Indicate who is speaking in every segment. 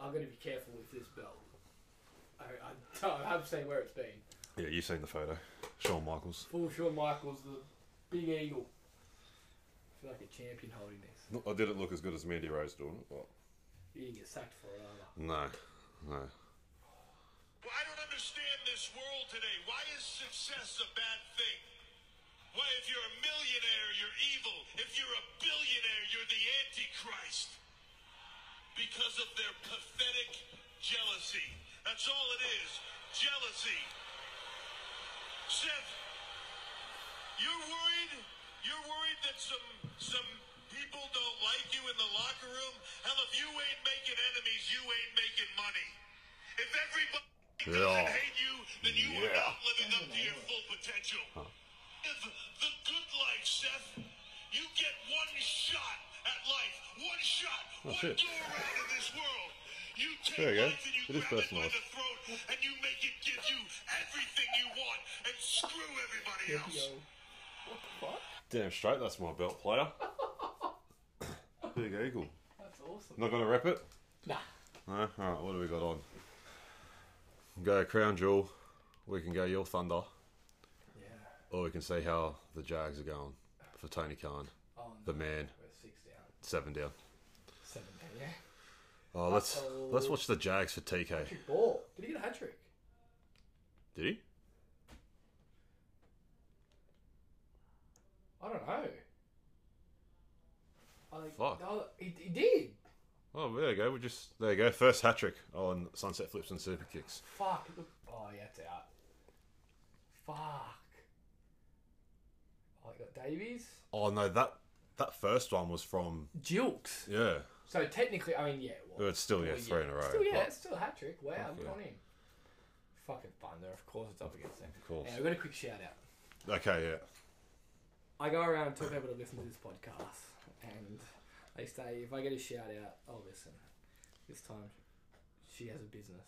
Speaker 1: I'm going to be careful with this belt. I, I, I have seen where it's been.
Speaker 2: Yeah, you've seen the photo. Shawn Michaels.
Speaker 1: Full Shawn Michaels, the big eagle. I feel like a champion holding this.
Speaker 2: I didn't look as good as Mandy Rose doing it. Well,
Speaker 1: You can get sacked for it, aren't
Speaker 2: no, no.
Speaker 3: Well, I don't understand this world today. Why is success a bad thing? Why, if you're a millionaire, you're evil. If you're a billionaire, you're the Antichrist. Because of their pathetic jealousy. That's all it is jealousy. Seth, you're worried. You're worried that some some people don't like you in the locker room. Hell, if you ain't making enemies, you ain't making money. If everybody doesn't
Speaker 2: Yeah.
Speaker 3: hate you, then you are
Speaker 2: Yeah.
Speaker 3: not living up to your full potential. If the good life, Seth, you get one shot at life. One shot.
Speaker 2: Oh,
Speaker 3: one
Speaker 2: shit.
Speaker 3: go around in this world. You take
Speaker 2: There you go.
Speaker 3: life and you
Speaker 2: It is
Speaker 3: grab it by
Speaker 2: personalised.
Speaker 3: the throat and you make it give you everything you want and screw everybody
Speaker 1: I?
Speaker 3: else.
Speaker 1: Yo. What the fuck?
Speaker 2: Damn straight, that's my belt player. Big Eagle.
Speaker 1: That's awesome.
Speaker 2: Not gonna rep it.
Speaker 1: Nah.
Speaker 2: No. All right. What do we got on? Go Crown Jewel. We can go Your Thunder,
Speaker 1: Yeah.
Speaker 2: or we can see how the Jags are going for Tony Khan,
Speaker 1: Oh, no.
Speaker 2: the man,
Speaker 1: We're six down.
Speaker 2: seven down.
Speaker 1: Seven down, yeah.
Speaker 2: Oh, let's let's watch the Jags for TK.
Speaker 1: Patrick Ball. Did he get a hat trick?
Speaker 2: Did he?
Speaker 1: I don't know. I think,
Speaker 2: Fuck.
Speaker 1: No, he, he did.
Speaker 2: Oh, there you go. We just there you go. First hat trick on sunset flips and super kicks.
Speaker 1: Fuck. it look- Oh, yeah, it's out. Fuck. Oh, I got Davies.
Speaker 2: Oh no, that that first one was from
Speaker 1: Jilks.
Speaker 2: yeah.
Speaker 1: So technically, I mean, yeah, it was.
Speaker 2: It's still yeah,
Speaker 1: Well,
Speaker 2: three in a row.
Speaker 1: Still, yeah,
Speaker 2: but-
Speaker 1: it's still a hat trick. Wow, good
Speaker 2: yeah.
Speaker 1: on him. Fucking Thunder, of course it's up against them. Of
Speaker 2: course.
Speaker 1: Yeah, we've got a quick shout out.
Speaker 2: Okay, yeah.
Speaker 1: I go around telling people to listen to this podcast, and they say if I get a shout out, I'll listen. This time, she has a business.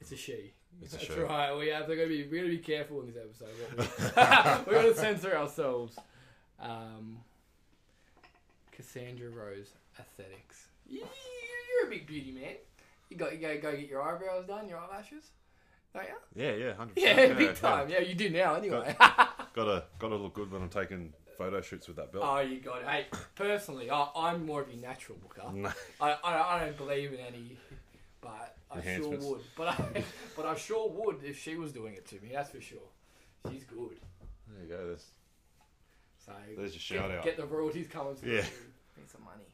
Speaker 1: It's a she.
Speaker 2: It's a
Speaker 1: That's
Speaker 2: she.
Speaker 1: right. We have to go be. We gotta be careful in this episode. what We, we gotta censor ourselves. Um, Cassandra Rose Aesthetics. You, are a big beauty man. You got you go go get your eyebrows done, your eyelashes. Don't you?
Speaker 2: Yeah, yeah, hundred
Speaker 1: Yeah, big time. Yeah, you do now anyway.
Speaker 2: Gotta gotta look good when I'm taking photo shoots with that belt.
Speaker 1: Oh, you got it. Hey, personally, I, I'm more of a natural booker.
Speaker 2: No.
Speaker 1: I, I, I don't believe in any, but I sure
Speaker 2: Enhancements.
Speaker 1: would. But I, but I sure would if she was doing it to me. That's for sure. She's good.
Speaker 2: There you go. There's
Speaker 1: So
Speaker 2: There's your
Speaker 1: get,
Speaker 2: shout out.
Speaker 1: Get the royalties coming through.
Speaker 2: Yeah.
Speaker 1: Need some money.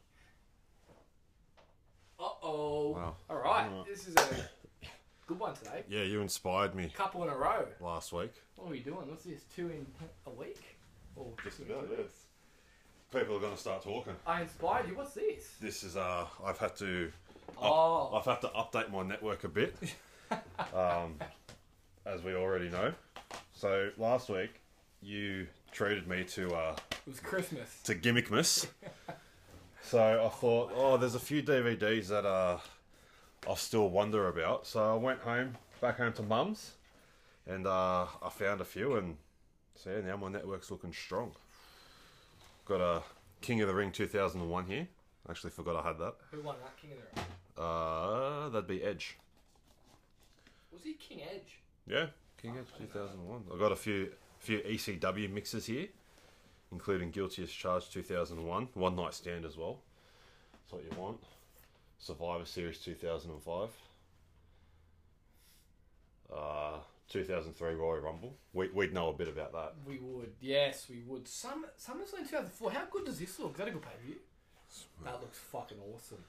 Speaker 1: Uh oh.
Speaker 2: Wow.
Speaker 1: All right.
Speaker 2: All right.
Speaker 1: This is a good one today.
Speaker 2: yeah. You inspired me
Speaker 1: Couple in a row.
Speaker 2: last week.
Speaker 1: What are we doing? What's this? Two in a week? Or
Speaker 2: Just
Speaker 1: two in
Speaker 2: about,
Speaker 1: two
Speaker 2: yeah.
Speaker 1: weeks?
Speaker 2: People are gonna start talking.
Speaker 1: I inspired you. What's this?
Speaker 2: This is uh, I've had to. up-
Speaker 1: Oh.
Speaker 2: I've had to update my network a bit, um, as we already know. So last week, you treated me to uh,
Speaker 1: It was Christmas.
Speaker 2: to Gimmickmas. so I thought, oh, there's a few DVDs that uh, I still wonder about. So I went home, back home to mum's, and uh, I found a few, and so yeah, now my network's looking strong. Got a King of the Ring 2001 here. Actually, forgot I had that.
Speaker 1: Who won that King of the Ring?
Speaker 2: Uh, that'd be Edge.
Speaker 1: Was he King Edge?
Speaker 2: Yeah, King Edge 2001. I got a few few ECW mixes here, including Guilty as Charged 2001, One Night Stand as well. That's what you want. Survivor Series 2005. Uh, 2003 Royal Rumble. We, we'd know a bit about that.
Speaker 1: We would, yes, we would. Some SummerSlam 2004. How good does this look? Is that a good pay per view? That looks fucking awesome.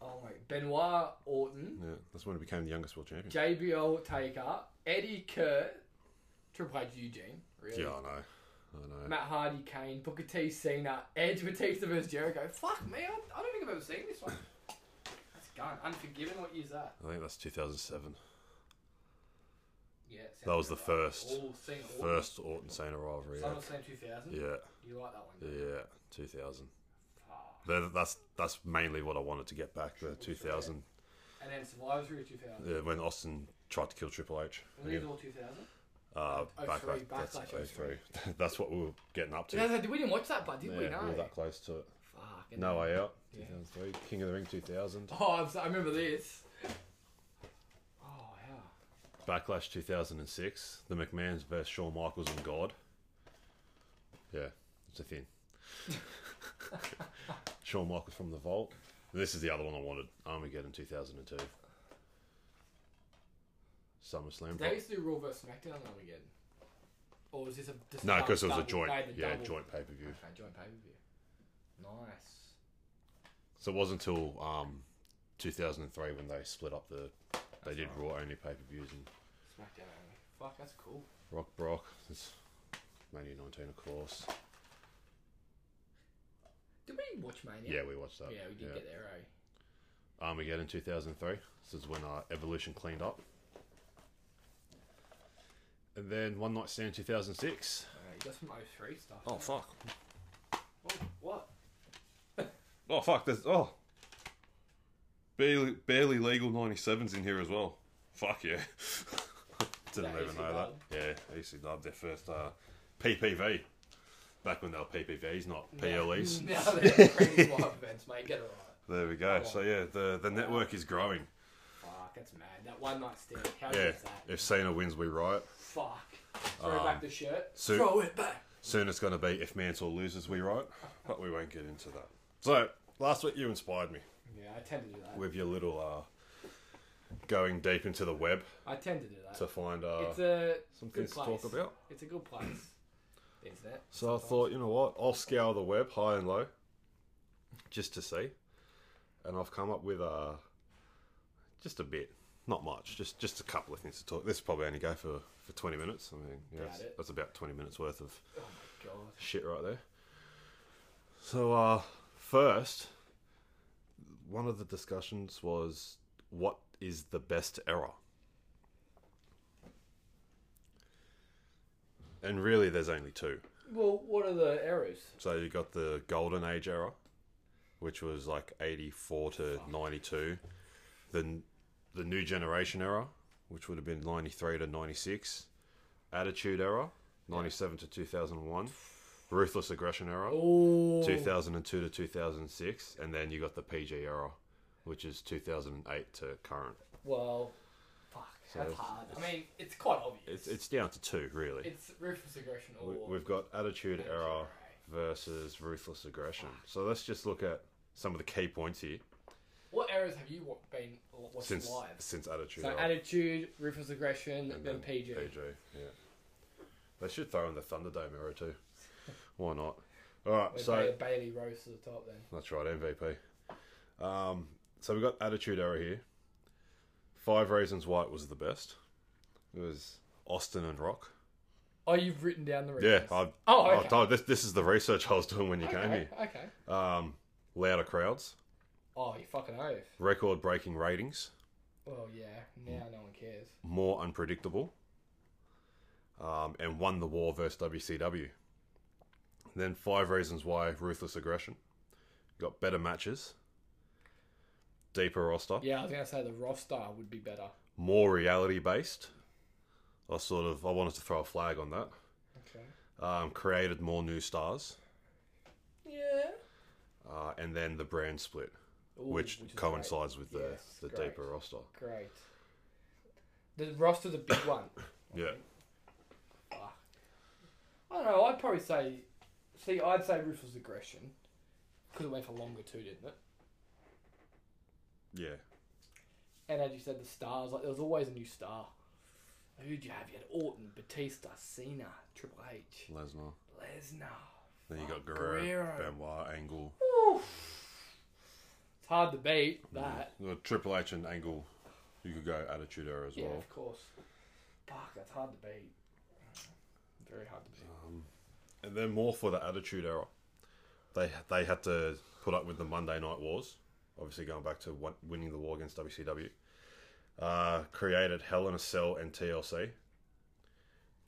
Speaker 1: Oh my, Benoit Orton,
Speaker 2: Yeah, that's when he became the youngest world champion.
Speaker 1: JBL Taker, Eddie Kurt, Triple H Eugene, really.
Speaker 2: Yeah, I know. I know.
Speaker 1: Matt Hardy, Kane, Booker T, Cena, Edge, Batista versus Jericho. Fuck me, I, I don't think I've ever seen this one. That's gone. Unforgiven. What year's that?
Speaker 2: I think that's 2007.
Speaker 1: Yeah, it sounds
Speaker 2: That was the
Speaker 1: about right.
Speaker 2: first-
Speaker 1: Oh, Cena, Orton.
Speaker 2: First Orton Cena rivalry. yeah.
Speaker 1: SummerSlam 2000.
Speaker 2: Yeah,
Speaker 1: You like that one? don't you?
Speaker 2: yeah, 2000.
Speaker 1: Fuck.
Speaker 2: Tha- That's that's mainly what I wanted to get back the 2000
Speaker 1: And then Survivor Series 2000.
Speaker 2: uh, when Austin tried to kill Triple H.
Speaker 1: Were these all 2000?
Speaker 2: Uh,
Speaker 1: Oh,
Speaker 2: back,
Speaker 1: sorry,
Speaker 2: that's
Speaker 1: Backlash, oh,
Speaker 2: 03. that's what we were getting up to.
Speaker 1: No, no, we didn't watch that, but did
Speaker 2: Yeah,
Speaker 1: we?
Speaker 2: we
Speaker 1: No.
Speaker 2: were that close to it.
Speaker 1: Fuck. fucking.
Speaker 2: No Way Out,
Speaker 1: Yeah.
Speaker 2: 2003. King of the Ring 2000.
Speaker 1: Oh, I'm so, I remember this. Oh wow.
Speaker 2: Backlash 2006. The McMahons versus Shawn Michaels and God. Yeah, it's a thing. Shawn Michaels from The Vault. This is the other one I wanted. Armageddon 2002. SummerSlam.
Speaker 1: They used to do Raw vs SmackDown on again. Or was this a just
Speaker 2: No,
Speaker 1: a
Speaker 2: because it was a
Speaker 1: double-
Speaker 2: joint,
Speaker 1: they had the
Speaker 2: yeah,
Speaker 1: double-
Speaker 2: joint pay per view.
Speaker 1: Okay, joint pay per view. Nice.
Speaker 2: So it wasn't until um, 2003 when they split up the. They did
Speaker 1: right.
Speaker 2: Raw only pay per views and
Speaker 1: SmackDown only. Fuck, that's cool.
Speaker 2: Rock Brock. It's Mania 19, of course.
Speaker 1: Did we watch
Speaker 2: Yeah,
Speaker 1: Mania?
Speaker 2: we watched that.
Speaker 1: Yeah, we did get there, eh?
Speaker 2: Armageddon 2003. This is when uh, Evolution cleaned up. And then One Night Stand 2006.
Speaker 1: Uh, you got some 03 stuff.
Speaker 2: Oh, fuck.
Speaker 1: Oh, what?
Speaker 2: Oh fuck, there's oh. Barely barely legal 97s in here as well. Fuck yeah. Didn't
Speaker 1: That
Speaker 2: even
Speaker 1: EC
Speaker 2: know that.
Speaker 1: Dub.
Speaker 2: Yeah, EC Dub, their first uh, PPV. Back when they were PPVs, not PLEs.
Speaker 1: Now they're crazy live events, mate. Get it right.
Speaker 2: There we go. So yeah, the, the network is growing.
Speaker 1: Fuck, that's mad. That one night stand. How
Speaker 2: Yeah,
Speaker 1: is that?
Speaker 2: if Cena wins, we riot.
Speaker 1: Fuck. Throw back the shirt.
Speaker 2: Um, so-
Speaker 1: Throw it back.
Speaker 2: Soon it's going to be if Mansell loses, we riot. But we won't get into that. So last week you inspired me
Speaker 1: Yeah, I tend to do that.
Speaker 2: with your little uh, going deep into the web
Speaker 1: I tend to do that.
Speaker 2: to find uh,
Speaker 1: it's a
Speaker 2: some
Speaker 1: good
Speaker 2: things to talk
Speaker 1: place.
Speaker 2: about.
Speaker 1: It's a good place. The internet.
Speaker 2: So I thought, you know what? I'll scour the web high and low just to see. And I've come up with uh, just a bit, not much, just just a couple of things to talk. This will probably only go for, for 20 minutes. I mean, yeah,
Speaker 1: Doubt
Speaker 2: that's,
Speaker 1: it.
Speaker 2: that's about 20 minutes worth of
Speaker 1: Oh my god.
Speaker 2: shit right there. So, uh, first, one of the discussions was what is the best error? And really, there's only two.
Speaker 1: Well, what are the errors?
Speaker 2: So you got the golden age era, which was like 84 to 92. Then the new generation era, which would have been 93 to 96. Attitude era, 97 to 2001. Ruthless aggression era,
Speaker 1: Oh,
Speaker 2: 2002 to 2006. And then you got the PG era, which is 2008 to current.
Speaker 1: well, fuck. that's
Speaker 2: it's-
Speaker 1: hard. I mean, it's quite obvious.
Speaker 2: It's, it's down to two, really.
Speaker 1: It's ruthless aggression or
Speaker 2: We- We've got attitude
Speaker 1: Attitude
Speaker 2: error
Speaker 1: Era.
Speaker 2: versus ruthless aggression. So let's just look at some of the key points here.
Speaker 1: what errors have you wa- been wa- watched
Speaker 2: since
Speaker 1: live?
Speaker 2: since attitude.
Speaker 1: So
Speaker 2: Era
Speaker 1: attitude, ruthless aggression,
Speaker 2: and
Speaker 1: then PG.
Speaker 2: yeah. They should throw in the Thunderdome era too. Why not? All right,
Speaker 1: With
Speaker 2: so
Speaker 1: Ba- Bailey rose to the top then.
Speaker 2: that's right, MVP. Um, so we got attitude era here. Five reasons why it was the best. It was Austin and Rock.
Speaker 1: Oh, you've written down the
Speaker 2: Yeah,
Speaker 1: reasons.
Speaker 2: I've,
Speaker 1: Oh,
Speaker 2: I've
Speaker 1: okay.
Speaker 2: told- this. This is the research I was doing when you came
Speaker 1: okay,
Speaker 2: here.
Speaker 1: okay.
Speaker 2: Um, louder crowds,
Speaker 1: Oh, you fucking oath.
Speaker 2: record-breaking ratings,
Speaker 1: Well, yeah. Now no one cares.
Speaker 2: more unpredictable, um, and won the war versus WCW. Then five reasons why ruthless aggression. You got better matches, deeper roster,
Speaker 1: Yeah, I was gonna say the roster would be better.
Speaker 2: more reality based. I sort of I wanted to throw a flag on that.
Speaker 1: Okay.
Speaker 2: Um, created more new stars,
Speaker 1: Yeah.
Speaker 2: uh, and then the brand split,
Speaker 1: Ooh,
Speaker 2: which,
Speaker 1: is
Speaker 2: coincides with the
Speaker 1: Yes,
Speaker 2: the
Speaker 1: great.
Speaker 2: deeper roster.
Speaker 1: Great. great. The roster's a big one.
Speaker 2: Yeah,
Speaker 1: Fuck. I don't know. I'd probably say. See, I'd say ruthless aggression. Could have went for longer too, didn't it?
Speaker 2: yeah.
Speaker 1: And as you said, the stars. Like there was always a new star. Who'd you have? You had Orton, Batista, Cena, Triple H,
Speaker 2: Lesnar.
Speaker 1: Lesnar.
Speaker 2: Then you got
Speaker 1: Fuck,
Speaker 2: Guerrero,
Speaker 1: Oh, Guerrero.
Speaker 2: Benoit, Angle.
Speaker 1: It's hard to beat that.
Speaker 2: Well, Triple H and Angle, you could go Attitude Era as
Speaker 1: Yeah,
Speaker 2: well.
Speaker 1: of course. Fuck, that's hard to beat. Very hard to beat.
Speaker 2: Uh-huh. And then more for the Attitude Era. They they had to put up with the Monday Night Wars, obviously going back to win- winning the war against WCW. Uh, created Hell in a Cell and TLC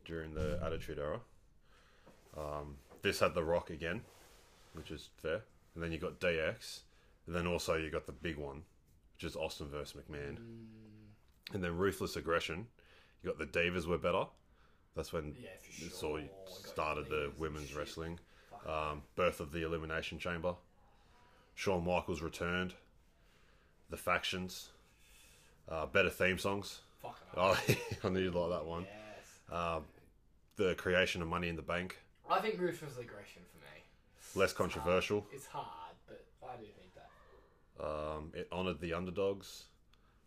Speaker 2: during the Attitude Era. Um, this had The Rock again, which is fair. And then you got DX. And then also you got the big one, which is Austin versus McMahon. And then Ruthless Aggression. You got the Divas were better. That's when
Speaker 1: Yeah, for
Speaker 2: it's
Speaker 1: sure.
Speaker 2: all
Speaker 1: I got
Speaker 2: started the
Speaker 1: Divas and
Speaker 2: women's
Speaker 1: shit.
Speaker 2: wrestling. Um, birth of the Elimination Chamber. Shawn Michaels returned. The factions. Uh, better theme songs.
Speaker 1: Fuck it up.
Speaker 2: Oh, I knew you'd like that one.
Speaker 1: Yes.
Speaker 2: Um, the creation of Money in the Bank.
Speaker 1: I think Ruthless Aggression for me.
Speaker 2: Less controversial.
Speaker 1: It's hard, but I do think that.
Speaker 2: Um, it honoured the underdogs.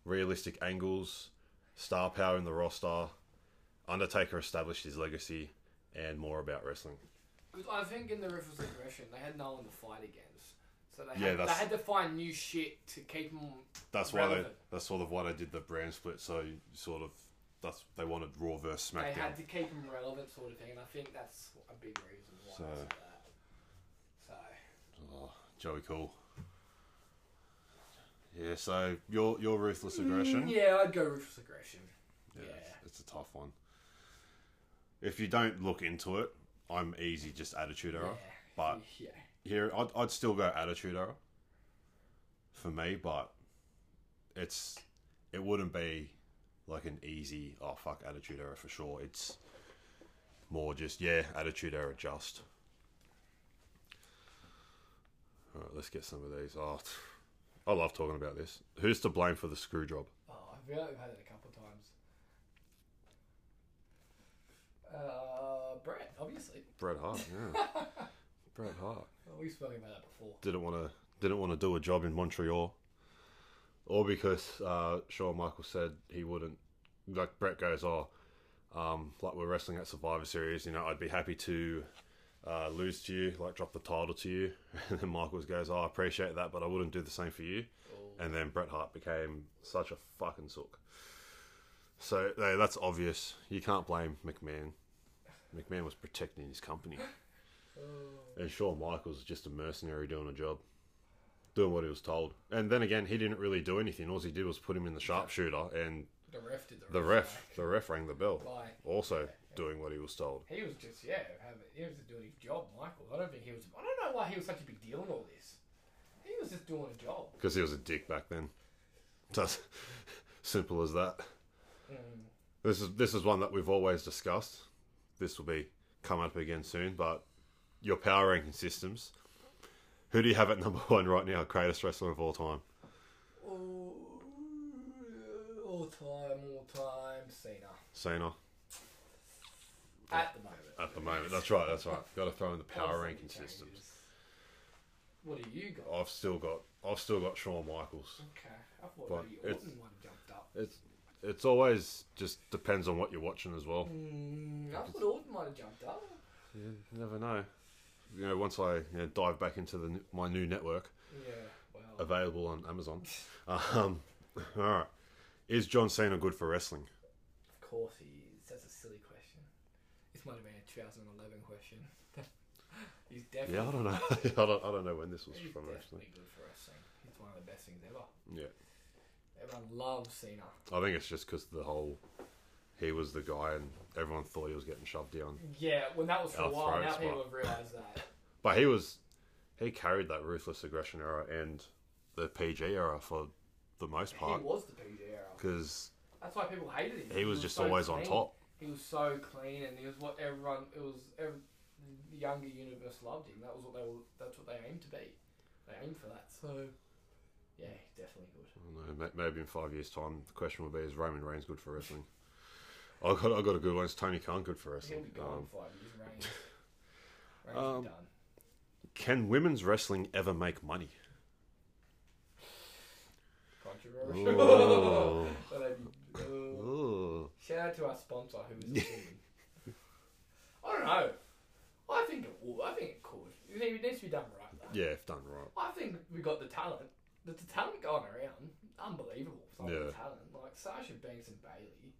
Speaker 2: Realistic angles. Star power in the roster. Undertaker established his legacy. And more about wrestling.
Speaker 1: Because I think in the Ruthless Aggression, they had no one to fight against. So they
Speaker 2: Yeah,
Speaker 1: had, they
Speaker 2: that's-
Speaker 1: had to find new shit to keep them.
Speaker 2: That's why they,
Speaker 1: relevant.
Speaker 2: that's sort of why they did the brand split. So you sort of that's they wanted Raw versus
Speaker 1: They
Speaker 2: SmackDown.
Speaker 1: had to keep them relevant, sort of thing, and I think that's a big reason why.
Speaker 2: So-
Speaker 1: I said that. So
Speaker 2: Oh, Joey Cool. Yeah, so your your ruthless aggression.
Speaker 1: Mm, yeah, I'd go Ruthless Aggression.
Speaker 2: Yeah,
Speaker 1: Yeah.
Speaker 2: it's- It's a tough one. If you don't look into it, I'm easy just attitude error.
Speaker 1: Yeah.
Speaker 2: But
Speaker 1: yeah,
Speaker 2: here, I'd, I'd still go attitude error for me, but it's it wouldn't be like an easy oh fuck attitude error for sure. It's more just yeah attitude error just. All right, let's get some of these. Oh, I love talking about this. Who's to blame for the screw job?
Speaker 1: oh, I feel like we've had it a couple of times. Uh, Brett, obviously.
Speaker 2: Bret Hart. Yeah, Bret Hart.
Speaker 1: Well, we've spoken about that before.
Speaker 2: didn't want to didn't want to do a job in Montreal, or because uh, Shawn Michaels said he wouldn't. Like Brett goes, oh, um, like we're wrestling at Survivor Series, you know, I'd be happy to uh, lose to you, like drop the title to you. And then Michaels goes, oh, I appreciate that, but I wouldn't do the same for you. And then Bret Hart became such a fucking sook. So eh, that's obvious. You can't blame McMahon. McMahon was protecting his company.
Speaker 1: Oh.
Speaker 2: And Shawn Michaels was just a mercenary doing a job, doing what he was told. And then again, he didn't really do anything. All he did was put him in the sharpshooter, and
Speaker 1: The ref did the,
Speaker 2: the ref, the ref rang the bell,
Speaker 1: Right.
Speaker 2: also doing what he was told.
Speaker 1: He was just yeah, having, he was just doing his job, Michael. I don't think he was. I don't know why he was such a big deal in all this. He was just doing a job.
Speaker 2: Because he was a dick back then. That's simple as that. This is this is one that we've always discussed. This will be come up again soon, but your power ranking systems. Who do you have at number one right now? Greatest wrestler of all time.
Speaker 1: All time, all time, Cena.
Speaker 2: Cena.
Speaker 1: At the moment.
Speaker 2: At the moment. That's right, that's right. Gotta throw in the power
Speaker 1: Obviously
Speaker 2: ranking
Speaker 1: changes.
Speaker 2: systems.
Speaker 1: What do you got?
Speaker 2: I've still got I've still got Shawn Michaels.
Speaker 1: Okay, I thought
Speaker 2: But
Speaker 1: maybe
Speaker 2: it's-
Speaker 1: Orton might have jumped up.
Speaker 2: It's it's always just depends on what you're watching as well.
Speaker 1: Mm, I thought Orton might have jumped up.
Speaker 2: You never know. You know, once I you know, dive back into the, n- my new network,
Speaker 1: Yeah. Well,
Speaker 2: available on Amazon. Um, all right. Is John Cena good for wrestling?
Speaker 1: of course he is. That's a silly question. This might have been a 2011 question. He's definitely.
Speaker 2: Yeah, I don't know. I, don't, I don't know when this was
Speaker 1: He's
Speaker 2: from actually.
Speaker 1: definitely good for wrestling. He's one of the best things ever.
Speaker 2: Yeah,
Speaker 1: Everyone loves Cena.
Speaker 2: I think it's just because the whole he was the guy and everyone thought he was getting shoved down,
Speaker 1: Yeah, when that was for a
Speaker 2: Our
Speaker 1: while, now
Speaker 2: throats
Speaker 1: people
Speaker 2: were-
Speaker 1: have realised that.
Speaker 2: but he was he carried that ruthless aggression era and the PG era for the most part
Speaker 1: He was the PG era.
Speaker 2: because
Speaker 1: That's why people hated him.
Speaker 2: he was just always on
Speaker 1: clean.
Speaker 2: top.
Speaker 1: He was so clean, and he was what everyone. It was ev the younger universe loved him. That was what they were. That's what they aimed to be. They aimed for that. So, yeah, he's definitely good.
Speaker 2: I don't know, ma- maybe in five years' time, the question will be: Is Roman Reigns good for wrestling? I got I got a good one. Is Tony Khan good for
Speaker 1: He'll
Speaker 2: wrestling?
Speaker 1: be
Speaker 2: Um,
Speaker 1: gone in five years. Reigns. Reigns
Speaker 2: Um,
Speaker 1: is done.
Speaker 2: Can women's wrestling ever make money?
Speaker 1: Controversial. But that'd be- oh.
Speaker 2: Ooh.
Speaker 1: Shout out to our sponsor who is a woman. I don't know. I think it would. I think it could. It need- it needs to be done right though.
Speaker 2: Yeah, if done right.
Speaker 1: I think we got the talent. There's the talent going around. Unbelievable. Some of
Speaker 2: Yeah.
Speaker 1: the talent. Like Sasha Banks and Bailey.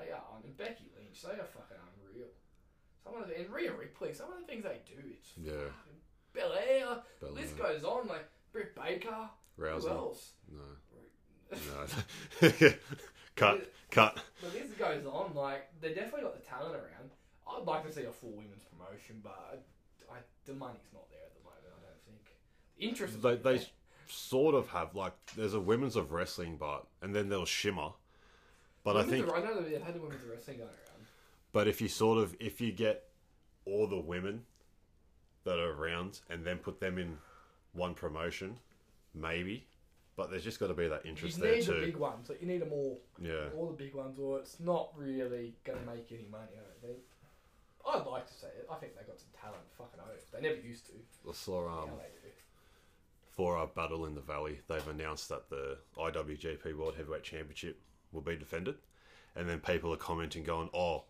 Speaker 1: They are on and Becky Lynch, they are fucking unreal. Some of the and Rhea Ripley, some of the things they do, it's
Speaker 2: Yeah. uh,
Speaker 1: fucking Belair. The
Speaker 2: Belair.
Speaker 1: list goes on, like Britt Baker. Who
Speaker 2: Rousey.
Speaker 1: else?
Speaker 2: No. No. cut. Cut.
Speaker 1: But this goes on, like, they definitely got the talent around. I'd like to see a full women's promotion, but I, the money's not there at the moment, I don't think. The interest is
Speaker 2: They,
Speaker 1: not
Speaker 2: they
Speaker 1: there.
Speaker 2: sort of have like there's a women's of wrestling, but and then there was Shimmer. But I
Speaker 1: Women's
Speaker 2: think
Speaker 1: wre- I know they've had the women's wrestling going around.
Speaker 2: But if you sort of if you get all the women that are around and then put them in one promotion, maybe, but there's just got to be that interest
Speaker 1: you
Speaker 2: there
Speaker 1: need the
Speaker 2: too.
Speaker 1: big ones. Like, you need them all.
Speaker 2: Yeah.
Speaker 1: All the big ones, or it's not really going to make any money, I don't think. I'd like to say it. I think they got some talent. Fucking oath. They never used to.
Speaker 2: I saw um,
Speaker 1: now they do.
Speaker 2: for our battle in the valley, they've announced that the IWGP World Heavyweight Championship will be defended, and then people are commenting, going, "Oh,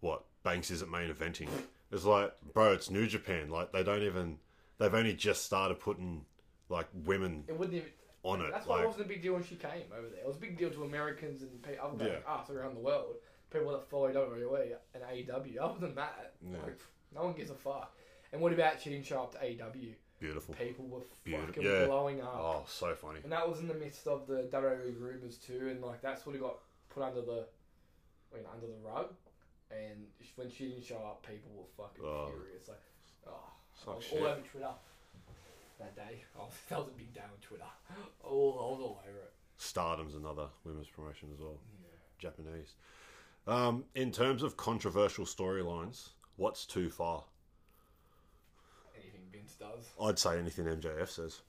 Speaker 2: what Banks isn't main eventing." It's like, bro, it's New Japan. Like they don't even. They've only just started putting like women
Speaker 1: It wouldn't even.
Speaker 2: on it.
Speaker 1: That's why it
Speaker 2: Like,
Speaker 1: wasn't a big deal when she came over there. It was a big deal to Americans and pe- other
Speaker 2: Yeah.
Speaker 1: us around the world. People that followed WWE E and AEW. Other than that,
Speaker 2: Yeah.
Speaker 1: like, no one gives a fuck. And what about she didn't show up to AEW?
Speaker 2: beautiful.
Speaker 1: People were
Speaker 2: Beautiful.
Speaker 1: fucking
Speaker 2: Yeah.
Speaker 1: blowing up.
Speaker 2: Oh, so funny.
Speaker 1: And that was in the midst of the WWE rumors too, and like that sort of got put under the, I mean, under the rug. And sh- when she didn't show up, people were fucking
Speaker 2: Oh.
Speaker 1: furious. Like, oh, I
Speaker 2: Fuck
Speaker 1: was
Speaker 2: shit.
Speaker 1: all over Twitter that day. I was, that was a big day on Twitter. Oh, I was all over it.
Speaker 2: Stardom's another women's promotion as well. Japanese. Um, in terms of controversial storylines, what's too far?
Speaker 1: Anything Vince does.
Speaker 2: I'd say anything MJF says.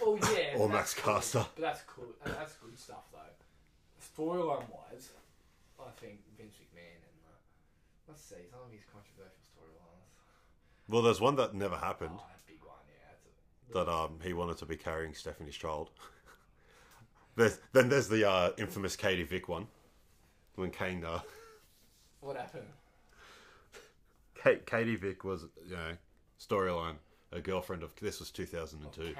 Speaker 1: Well, Oh, yeah.
Speaker 2: Or
Speaker 1: but
Speaker 2: Max
Speaker 1: that's
Speaker 2: Caster.
Speaker 1: Cool. But that's cool. And that's good stuff though. Storyline wise, I think Vince McMahon and uh, let's see some of his controversial storylines.
Speaker 2: Well, there's one that never happened.
Speaker 1: Oh, that's a big one. Yeah, that's a
Speaker 2: that um, he wanted to be carrying Stephanie's child. there's, then there's the uh, infamous Katie Vick one when Kane, uh,
Speaker 1: What happened?
Speaker 2: Kate, Katie Vick was you know storyline a girlfriend of this was 2002
Speaker 1: Kane.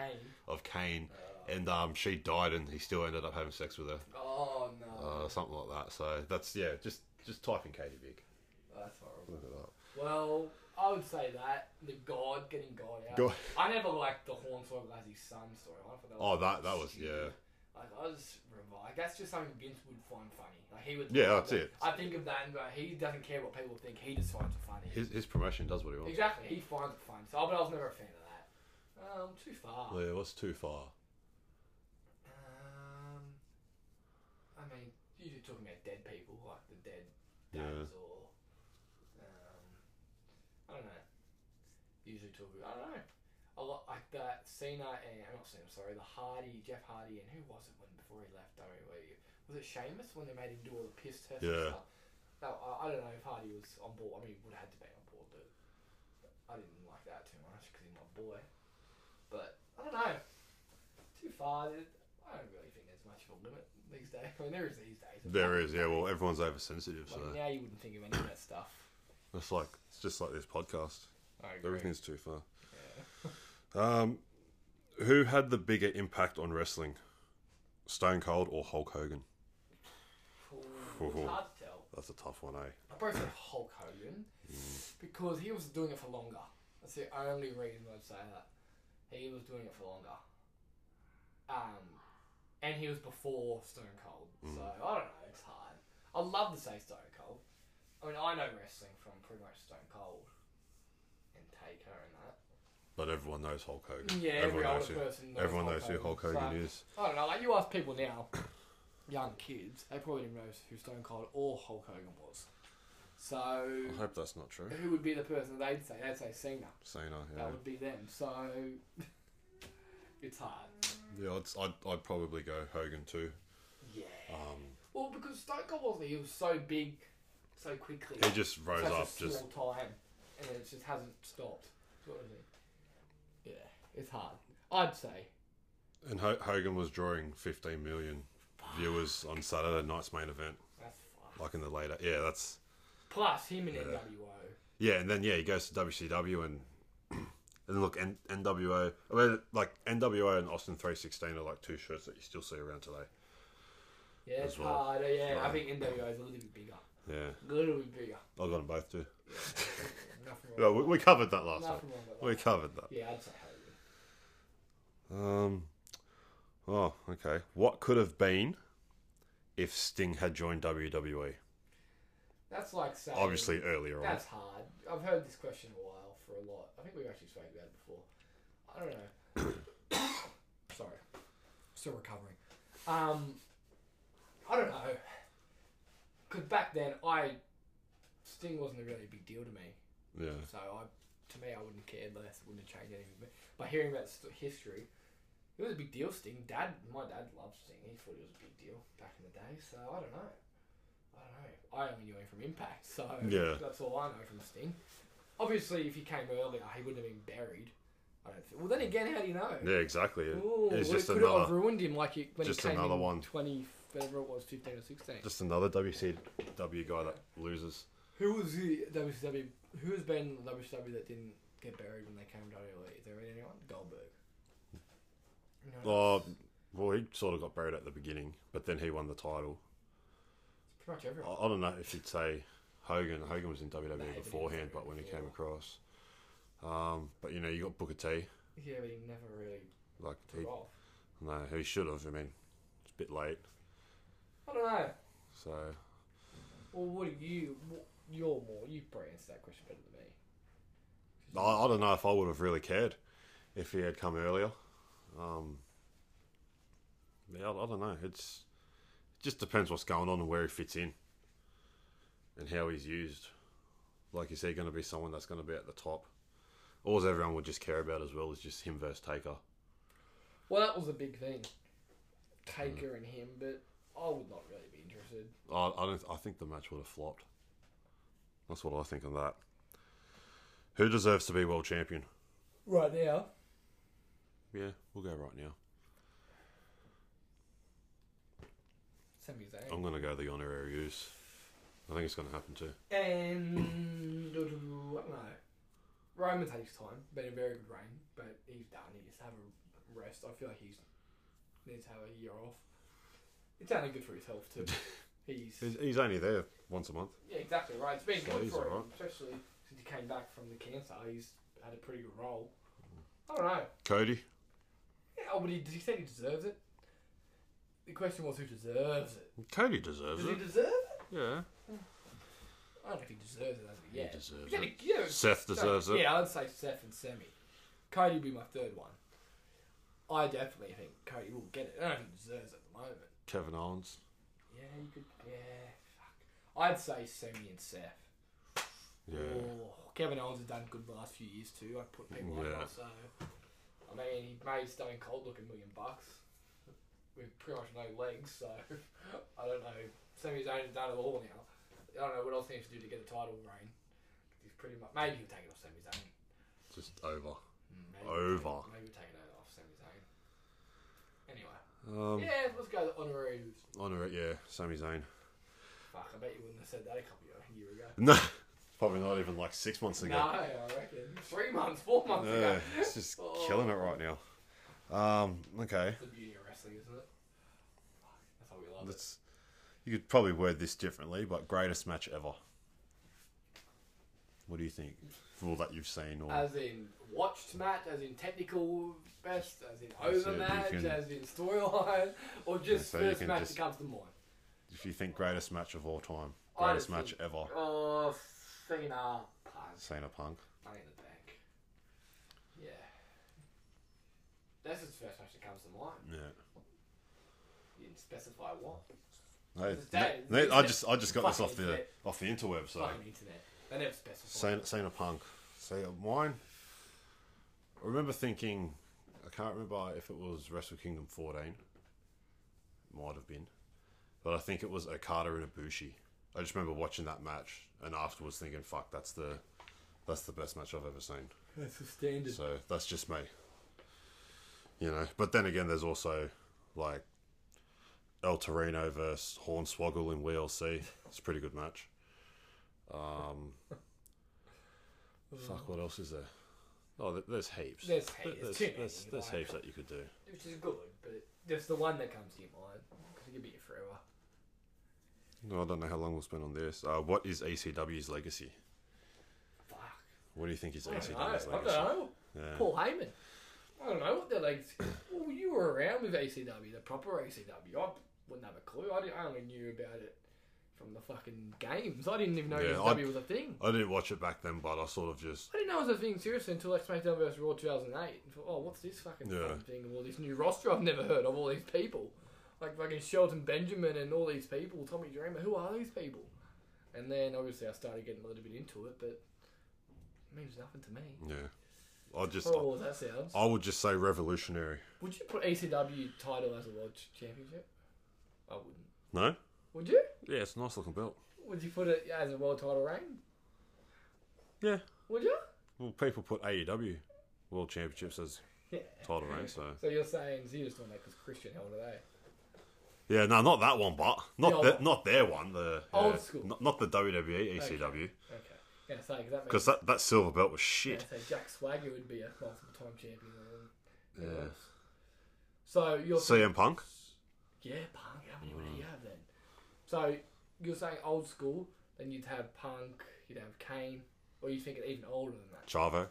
Speaker 2: of Kane, and um, she died and he still ended up having sex with her,
Speaker 1: Oh no,
Speaker 2: uh, something like that. So that's yeah, just just type in Katie Vick.
Speaker 1: that's horrible.
Speaker 2: Look it up.
Speaker 1: Well, I would say that the God getting God out.
Speaker 2: God.
Speaker 1: I never liked the Hornswoggle as his son story. I thought that
Speaker 2: Oh,
Speaker 1: was
Speaker 2: that that was yeah.
Speaker 1: stupid. Like I was revived. That's just something Vince would find funny. Like he would.
Speaker 2: Yeah, that's
Speaker 1: like,
Speaker 2: it.
Speaker 1: I think of that, and like, he doesn't care what people think. He just finds it funny.
Speaker 2: His his promotion does what he wants.
Speaker 1: exactly, he finds it funny. So, but I was never a fan of that. Um, too far.
Speaker 2: Yeah, what's too far?
Speaker 1: Um, I mean, you're talking about dead people, like the dead
Speaker 2: Yeah.
Speaker 1: dads, or um, I don't know. Usually talk about I don't know. A lot like that Cena and I'm not Cena, sorry, the Hardy, Jeff Hardy, and who was it when before he left WWE? Was it Sheamus when they made him do all the piss tests?
Speaker 2: Yeah.
Speaker 1: And stuff? No, I, I don't know if Hardy was on board. I mean, he would have had to be on board, but I didn't like that too much because he's my boy. But I don't know. Too far. it- I don't really think there's much of a limit these days. I mean, there is these days.
Speaker 2: There is uh, yeah. Well, everyone's oversensitive, so
Speaker 1: Like, now you wouldn't think of any of that stuff.
Speaker 2: it's like it's just like this podcast.
Speaker 1: I agree.
Speaker 2: Everything's too far. Um, who had the bigger impact on wrestling, Stone Cold or Hulk Hogan?
Speaker 1: Ooh, it's hard to tell.
Speaker 2: That's a tough one, eh?
Speaker 1: I both said Hulk Hogan because he was doing it for longer. That's the only reason I'd say that. He was doing it for longer. Um, and he was before Stone Cold, so I don't know. It's hard. I'd love to say Stone Cold. I mean, I know wrestling from pretty much Stone Cold and Taker and that.
Speaker 2: But everyone knows Hulk Hogan.
Speaker 1: Yeah, every
Speaker 2: everyone knows
Speaker 1: older
Speaker 2: who,
Speaker 1: person knows
Speaker 2: everyone
Speaker 1: Hulk
Speaker 2: knows who Hulk
Speaker 1: Hogan,
Speaker 2: Hogan
Speaker 1: so-
Speaker 2: is.
Speaker 1: I don't know. Like you ask people now, young kids, they probably didn't know who Stone Cold or Hulk Hogan was. So
Speaker 2: I hope that's not true.
Speaker 1: who would be the person that they'd say? They'd say Cena.
Speaker 2: Cena, yeah.
Speaker 1: That would be them. So it's hard.
Speaker 2: Yeah, I'd, I'd, I'd probably go Hogan too.
Speaker 1: Yeah.
Speaker 2: Um,
Speaker 1: Well, because Stone Cold wasn't. He was so big, so quickly.
Speaker 2: he just rose
Speaker 1: such
Speaker 2: up,
Speaker 1: a
Speaker 2: just
Speaker 1: small time, and it just hasn't stopped. Sort of thing. Yeah, it's hard. I'd say.
Speaker 2: and Ho- Hogan was drawing 15 million viewers on Saturday night's main event,
Speaker 1: That's fine.
Speaker 2: like in the later. Yeah, that's
Speaker 1: Plus him and NWO.
Speaker 2: Yeah, and then yeah, he goes to WCW and and look, N- NWO, I mean, like NWO and Austin three sixteen are like two shirts that you still see around today.
Speaker 1: Yeah,
Speaker 2: As
Speaker 1: it's
Speaker 2: well.
Speaker 1: hard. Yeah, I
Speaker 2: Right.
Speaker 1: think NWO is a little bit bigger.
Speaker 2: Yeah,
Speaker 1: A little bit bigger.
Speaker 2: I got them both too.
Speaker 1: Nothing wrong.
Speaker 2: Well, we, we covered that last
Speaker 1: Nothing
Speaker 2: week.
Speaker 1: wrong with that.
Speaker 2: We covered that.
Speaker 1: Yeah, I'd say Hogan.
Speaker 2: Um, oh, okay. What could have been if Sting had joined WWE?
Speaker 1: That's like saying.
Speaker 2: Obviously earlier on.
Speaker 1: That's hard. I've heard this question a while for a lot. I think we've actually spoken about it before. I don't know. Sorry. Still recovering. Um, I don't know. Because back then, I. Sting wasn't a really big deal to me.
Speaker 2: Yeah,
Speaker 1: So I, to me, I wouldn't care less. Wouldn't have changed anything. But by hearing about st- history, It was a big deal, Sting. Dad, my dad loved Sting. He thought it was a big deal back in the day. So I don't know. I don't know. I only knew him from Impact, so
Speaker 2: Yeah.
Speaker 1: that's all I know from Sting. Obviously, if he came earlier, he wouldn't have been buried. I don't think. Well, then again, how do you know?
Speaker 2: Yeah, exactly. It-
Speaker 1: Ooh,
Speaker 2: it's
Speaker 1: well,
Speaker 2: just
Speaker 1: it could have
Speaker 2: another,
Speaker 1: ruined him like it, when
Speaker 2: just
Speaker 1: he came
Speaker 2: another
Speaker 1: in
Speaker 2: one.
Speaker 1: Twenty, whatever it was, fifteen or sixteen.
Speaker 2: just another WCW guy that loses.
Speaker 1: Who was the WCW? Who has been WCW that didn't get buried when they came to WWE? Is there anyone? Goldberg. No,
Speaker 2: Oh, well, he sort of got buried at the beginning, but then he won the title.
Speaker 1: it's pretty much
Speaker 2: I,
Speaker 1: everyone.
Speaker 2: I don't know if you'd say Hogan. Hogan was in WWE
Speaker 1: No, he was
Speaker 2: beforehand,
Speaker 1: in
Speaker 2: but when he
Speaker 1: before.
Speaker 2: came across, um, but you know, you got Booker T.
Speaker 1: Yeah, but he never really
Speaker 2: Like he,
Speaker 1: took off.
Speaker 2: no, he should have. I mean, it's a bit late.
Speaker 1: I don't know.
Speaker 2: So
Speaker 1: Well, what do you? What, you're more. You probably answer that question better than me.
Speaker 2: I, I don't know if I would have really cared if he had come earlier. Um, yeah, I, I don't know. It's it just depends what's going on and where he fits in and how he's used. Like, is he going to be someone that's going to be at the top? All everyone would just care about as well is just him versus Taker.
Speaker 1: Well, that was a big thing. Taker and him, but I would not really be interested.
Speaker 2: I, I don't. I think the match would have flopped. That's what I think of that. Who deserves to be world champion?
Speaker 1: Right now,
Speaker 2: Yeah, we'll go right now.
Speaker 1: Sami Zayn.
Speaker 2: I'm gonna go the honorary use. I think it's gonna happen too.
Speaker 1: And I don't know. Roman takes time. Been a very good reign, but he's done. He needs to have a rest. I feel like he's needs to have a year off. It's only good for his health too. He's
Speaker 2: He's, he's only there once a month.
Speaker 1: yeah, exactly right. It's been
Speaker 2: So
Speaker 1: good
Speaker 2: he's
Speaker 1: for him,
Speaker 2: alright.
Speaker 1: especially since he came back from the cancer. He's had a pretty good role. I don't know.
Speaker 2: Cody.
Speaker 1: Yeah, oh, but he, he said he deserves it. The question was who deserves it.
Speaker 2: Cody deserves
Speaker 1: Does he
Speaker 2: it.
Speaker 1: deserve it?
Speaker 2: yeah.
Speaker 1: I don't know if he deserves it as of yet.
Speaker 2: deserves
Speaker 1: Yeah,
Speaker 2: it.
Speaker 1: yeah,
Speaker 2: Seth
Speaker 1: So,
Speaker 2: deserves it.
Speaker 1: Yeah, I'd say Seth and Semi. Cody would be my third one. I definitely think Cody will get it. I don't think he deserves it at the moment.
Speaker 2: Kevin Owens.
Speaker 1: Yeah, you could. Yeah, fuck. I'd say Semi and Seth.
Speaker 2: Yeah.
Speaker 1: Oh, Kevin Owens has done good the last few years too. I'd put him like
Speaker 2: Yeah.
Speaker 1: that. So, I mean, he made Stone Cold look a million bucks with pretty much no legs. So, I don't know. Semi's only done it all now. I don't know what else he needs to do to get a title reign. He's pretty much maybe he'll take it off Semi's own.
Speaker 2: Just over.
Speaker 1: Maybe
Speaker 2: Over.
Speaker 1: Take, maybe take it off Sami Zayn. Anyway.
Speaker 2: Um,
Speaker 1: yeah, let's go to honorary.
Speaker 2: Honorary. Yeah. Sami Zayn.
Speaker 1: Fuck, I bet you wouldn't have said that a couple of years ago.
Speaker 2: No. Probably not even like six months
Speaker 1: No,
Speaker 2: ago.
Speaker 1: I reckon. Three months, four months
Speaker 2: Yeah,
Speaker 1: ago.
Speaker 2: it's just killing it right now. Um. Okay.
Speaker 1: That's the beauty of wrestling, isn't it? Fuck, That's how we love it.
Speaker 2: That's. You could probably word this differently, but greatest match ever. What do you think? For all that you've seen, or
Speaker 1: As in watched match, as in technical best, as in
Speaker 2: it,
Speaker 1: over
Speaker 2: you
Speaker 1: match,
Speaker 2: can-
Speaker 1: as in storyline, or just
Speaker 2: so you
Speaker 1: first
Speaker 2: can
Speaker 1: match
Speaker 2: just-
Speaker 1: that comes to mind.
Speaker 2: if you think greatest match of all time,
Speaker 1: I
Speaker 2: greatest
Speaker 1: don't
Speaker 2: match
Speaker 1: think-
Speaker 2: ever,
Speaker 1: Oh, Cena. Punk.
Speaker 2: Cena Punk.
Speaker 1: Money in the Bank. Yeah. That's the first match that comes to mind.
Speaker 2: Yeah.
Speaker 1: You didn't specify what.
Speaker 2: No,
Speaker 1: It's
Speaker 2: no,
Speaker 1: that-
Speaker 2: no,
Speaker 1: it's
Speaker 2: I
Speaker 1: that-
Speaker 2: just I just got this
Speaker 1: fucking
Speaker 2: off the
Speaker 1: internet.
Speaker 2: off the interweb. So
Speaker 1: Fucking internet. They never specify.
Speaker 2: Cena, Cena Punk. Cena mine. I remember thinking, I can't remember if it was Wrestle Kingdom 14. Might have been, but I think it was Okada and Ibushi. I just remember watching that match and afterwards thinking, "Fuck, that's the that's the best match I've ever seen."
Speaker 1: That's the standard.
Speaker 2: So that's just me. You know, but then again, there's also like El Torino versus Hornswoggle in WLC. It's a pretty good match. Um, fuck, what else is there? Oh, there- there's heaps.
Speaker 1: There's
Speaker 2: There-
Speaker 1: heaps.
Speaker 2: There's,
Speaker 1: Too many,
Speaker 2: there's- there's
Speaker 1: like-
Speaker 2: heaps that you could do.
Speaker 1: Which is good, but that's the one that comes to your mind. Because it could be your forever.
Speaker 2: No, I don't know how long we'll spend on this. Uh, what is ECW's legacy?
Speaker 1: Fuck.
Speaker 2: What do you think is
Speaker 1: I
Speaker 2: ECW's
Speaker 1: don't know. I
Speaker 2: legacy?
Speaker 1: don't know.
Speaker 2: Yeah.
Speaker 1: Paul Heyman. I don't know what their legs. well, you were around with ACW, the proper ACW. I wouldn't have a clue. I, didn't, I only knew about it from the fucking games. I didn't even know
Speaker 2: Yeah,
Speaker 1: ACW
Speaker 2: I-
Speaker 1: was a thing.
Speaker 2: I didn't watch it back then, but I sort of just
Speaker 1: I didn't know it was a thing seriously until like SmackDown vs. Raw 2008. And thought, oh, what's this fucking
Speaker 2: Yeah.
Speaker 1: fucking thing? All this new roster I've never heard of. All these people, like fucking Shelton Benjamin and all these people, Tommy Dreamer. Who are these people? And then obviously I started getting a little bit into it, but it means nothing to me.
Speaker 2: yeah. I just
Speaker 1: Horrible as that sounds.
Speaker 2: I would just say revolutionary.
Speaker 1: Would you put ECW title as a world championship? I wouldn't.
Speaker 2: No?
Speaker 1: Would you?
Speaker 2: Yeah, it's a nice looking belt.
Speaker 1: Would you put it as a world title reign?
Speaker 2: Yeah.
Speaker 1: Would you?
Speaker 2: Well, people put AEW World Championships as
Speaker 1: Yeah.
Speaker 2: title reign, so
Speaker 1: So you're saying Zeus doing that because Christian held it, eh?
Speaker 2: yeah, no, not that one, but
Speaker 1: The
Speaker 2: not
Speaker 1: old
Speaker 2: the,
Speaker 1: one.
Speaker 2: not their one, the
Speaker 1: Old
Speaker 2: yeah,
Speaker 1: school.
Speaker 2: not, not the E, WWE ECW
Speaker 1: Okay. Yeah, so because that
Speaker 2: because
Speaker 1: makes
Speaker 2: that, that silver belt was
Speaker 1: yeah,
Speaker 2: shit.
Speaker 1: so Jack Swagger would be a multiple time champion. and-
Speaker 2: Yeah.
Speaker 1: So you're
Speaker 2: CM Punk.
Speaker 1: yeah, Punk. How many would he
Speaker 2: Mm.
Speaker 1: have then? So you're saying old school? Then you'd have Punk. You'd have Kane. Or you think it even older than that?
Speaker 2: Chavo,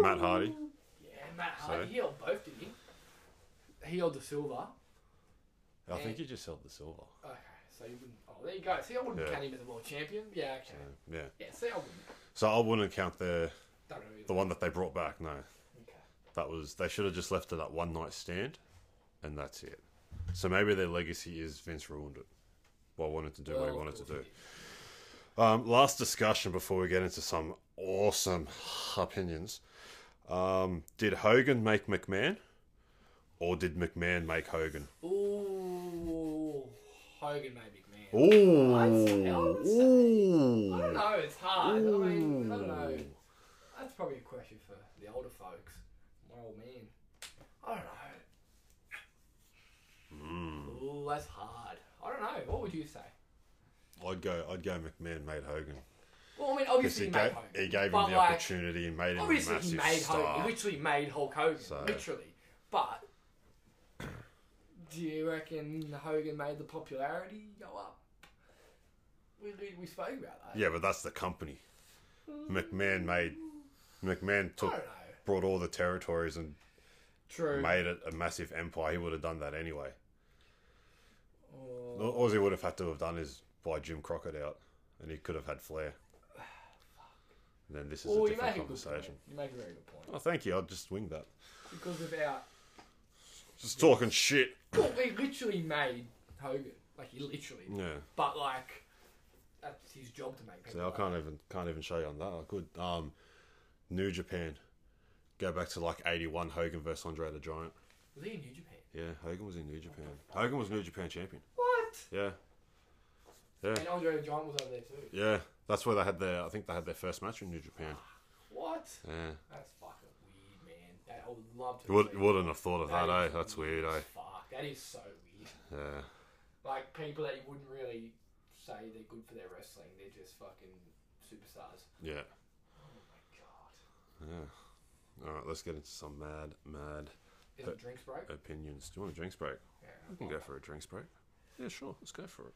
Speaker 2: Matt Hardy.
Speaker 1: Yeah, Matt Hardy.
Speaker 2: So-
Speaker 1: He held both, did he? He held the silver.
Speaker 2: I think he just held the silver.
Speaker 1: Okay, so you wouldn't. Oh, there you go. See, I wouldn't
Speaker 2: Yeah.
Speaker 1: count him as a world champion. Yeah, okay.
Speaker 2: Yeah.
Speaker 1: Yeah, see, I wouldn't.
Speaker 2: So I wouldn't count the
Speaker 1: Don't know.
Speaker 2: the one that they brought back. No,
Speaker 1: Okay.
Speaker 2: that was they should have just left it at one night stand, and that's it. So maybe their legacy is Vince ruined it. Well, wanted to do what he
Speaker 1: Well,
Speaker 2: wanted to
Speaker 1: of
Speaker 2: do.
Speaker 1: course he
Speaker 2: Um, last discussion before we get into some awesome opinions. Um, did Hogan make McMahon, or did McMahon make Hogan?
Speaker 1: did. Ooh, Hogan maybe, man.
Speaker 2: Ooh,
Speaker 1: would say- I don't
Speaker 2: ooh.
Speaker 1: know. It's hard. I mean, I don't know. That's probably a question for the older folks. My old man. I don't know.
Speaker 2: Hmm.
Speaker 1: Ooh, that's hard. I don't know. What would you say?
Speaker 2: I'd go. I'd go. McMahon made Hogan
Speaker 1: Well, I mean,
Speaker 2: because
Speaker 1: obviously
Speaker 2: he,
Speaker 1: he made
Speaker 2: gave
Speaker 1: Hogan.
Speaker 2: he gave him the
Speaker 1: but, like,
Speaker 2: opportunity and made him a
Speaker 1: Obviously,
Speaker 2: massive
Speaker 1: he made
Speaker 2: star.
Speaker 1: Hogan. He literally made Hulk Hogan.
Speaker 2: So-
Speaker 1: Literally. But do you reckon Hogan made the popularity go up? We, we, we spoke about that.
Speaker 2: Yeah, but that's the company. McMahon made McMahon
Speaker 1: I
Speaker 2: took
Speaker 1: don't know.
Speaker 2: brought all the territories and
Speaker 1: True.
Speaker 2: made it a massive empire. He would have done that anyway.
Speaker 1: Or- Oh.
Speaker 2: All all he would have had to have done is buy Jim Crockett out, and he could have had Flair. And then this is
Speaker 1: or
Speaker 2: a
Speaker 1: Oh, you
Speaker 2: different
Speaker 1: make a good point.
Speaker 2: conversation.
Speaker 1: You make a very good point.
Speaker 2: Oh, thank you. I'll just wing that.
Speaker 1: Because without,
Speaker 2: Just talking shit.
Speaker 1: well, he literally made Hogan. Like he literally.
Speaker 2: Yeah.
Speaker 1: But like, that's his job to make.
Speaker 2: See, I
Speaker 1: People
Speaker 2: can't even can't even show you on that. I could. Um, New Japan. Go back to like '81 Hogan versus Andre the Giant.
Speaker 1: Was he in New Japan?
Speaker 2: Yeah, Hogan was in New Japan. Hogan was New Japan champion.
Speaker 1: What?
Speaker 2: Yeah. Yeah.
Speaker 1: And Andre the Giant was over there too.
Speaker 2: Yeah, that's where they had their. I think they had their first match in New Japan.
Speaker 1: What?
Speaker 2: Yeah,
Speaker 1: That's fucking weird, man. That- I would love to.
Speaker 2: would
Speaker 1: see
Speaker 2: wouldn't have thought of
Speaker 1: that.
Speaker 2: that, eh?
Speaker 1: is
Speaker 2: That's weird,
Speaker 1: as
Speaker 2: eh?
Speaker 1: Fuck, that is so weird.
Speaker 2: Yeah,
Speaker 1: Like people that you wouldn't really say they're good for their wrestling, they're just fucking superstars.
Speaker 2: yeah,
Speaker 1: Oh my god.
Speaker 2: yeah. All right, let's get into some mad, mad
Speaker 1: Is it drinks break?
Speaker 2: opinions. Do you want a drinks break?
Speaker 1: Yeah.
Speaker 2: We can go for a drinks break. Yeah, sure. Let's go for it.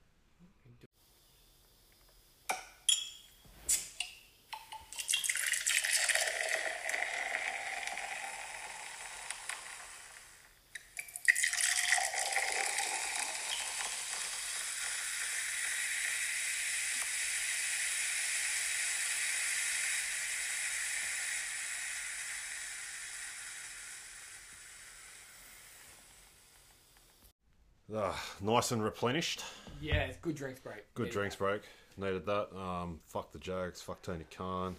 Speaker 2: Ah, nice and replenished.
Speaker 1: Yeah, it's good drinks break.
Speaker 2: Good
Speaker 1: Yeah.
Speaker 2: drinks break. Needed that. Um, fuck the Jags. Fuck Tony Khan.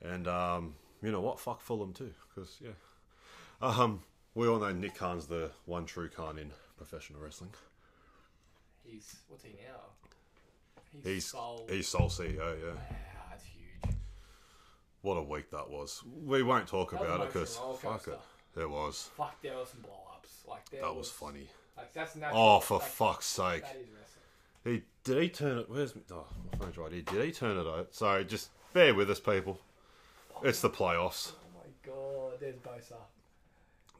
Speaker 2: And um, you know what? Fuck Fulham too. Because yeah, um, we all know Nick Khan's the one true Khan in professional wrestling.
Speaker 1: He's what's he now? He's,
Speaker 2: He's
Speaker 1: sold.
Speaker 2: he's sole CEO. Yeah.
Speaker 1: yeah, that's huge.
Speaker 2: What a week that was. We won't talk
Speaker 1: That was
Speaker 2: about it
Speaker 1: emotional
Speaker 2: because
Speaker 1: roller
Speaker 2: fuck it.
Speaker 1: coaster.
Speaker 2: There was.
Speaker 1: Fuck, there were some blow ups. Like there
Speaker 2: That was funny.
Speaker 1: Like that's natural.
Speaker 2: Oh, for
Speaker 1: like,
Speaker 2: fuck's sake.
Speaker 1: That is wrestling.
Speaker 2: He did he turn it? Where's my, oh, my phone's right here. Did he turn it out? Sorry, just bear with us, people. It's the playoffs.
Speaker 1: Oh my god, there's Bosa.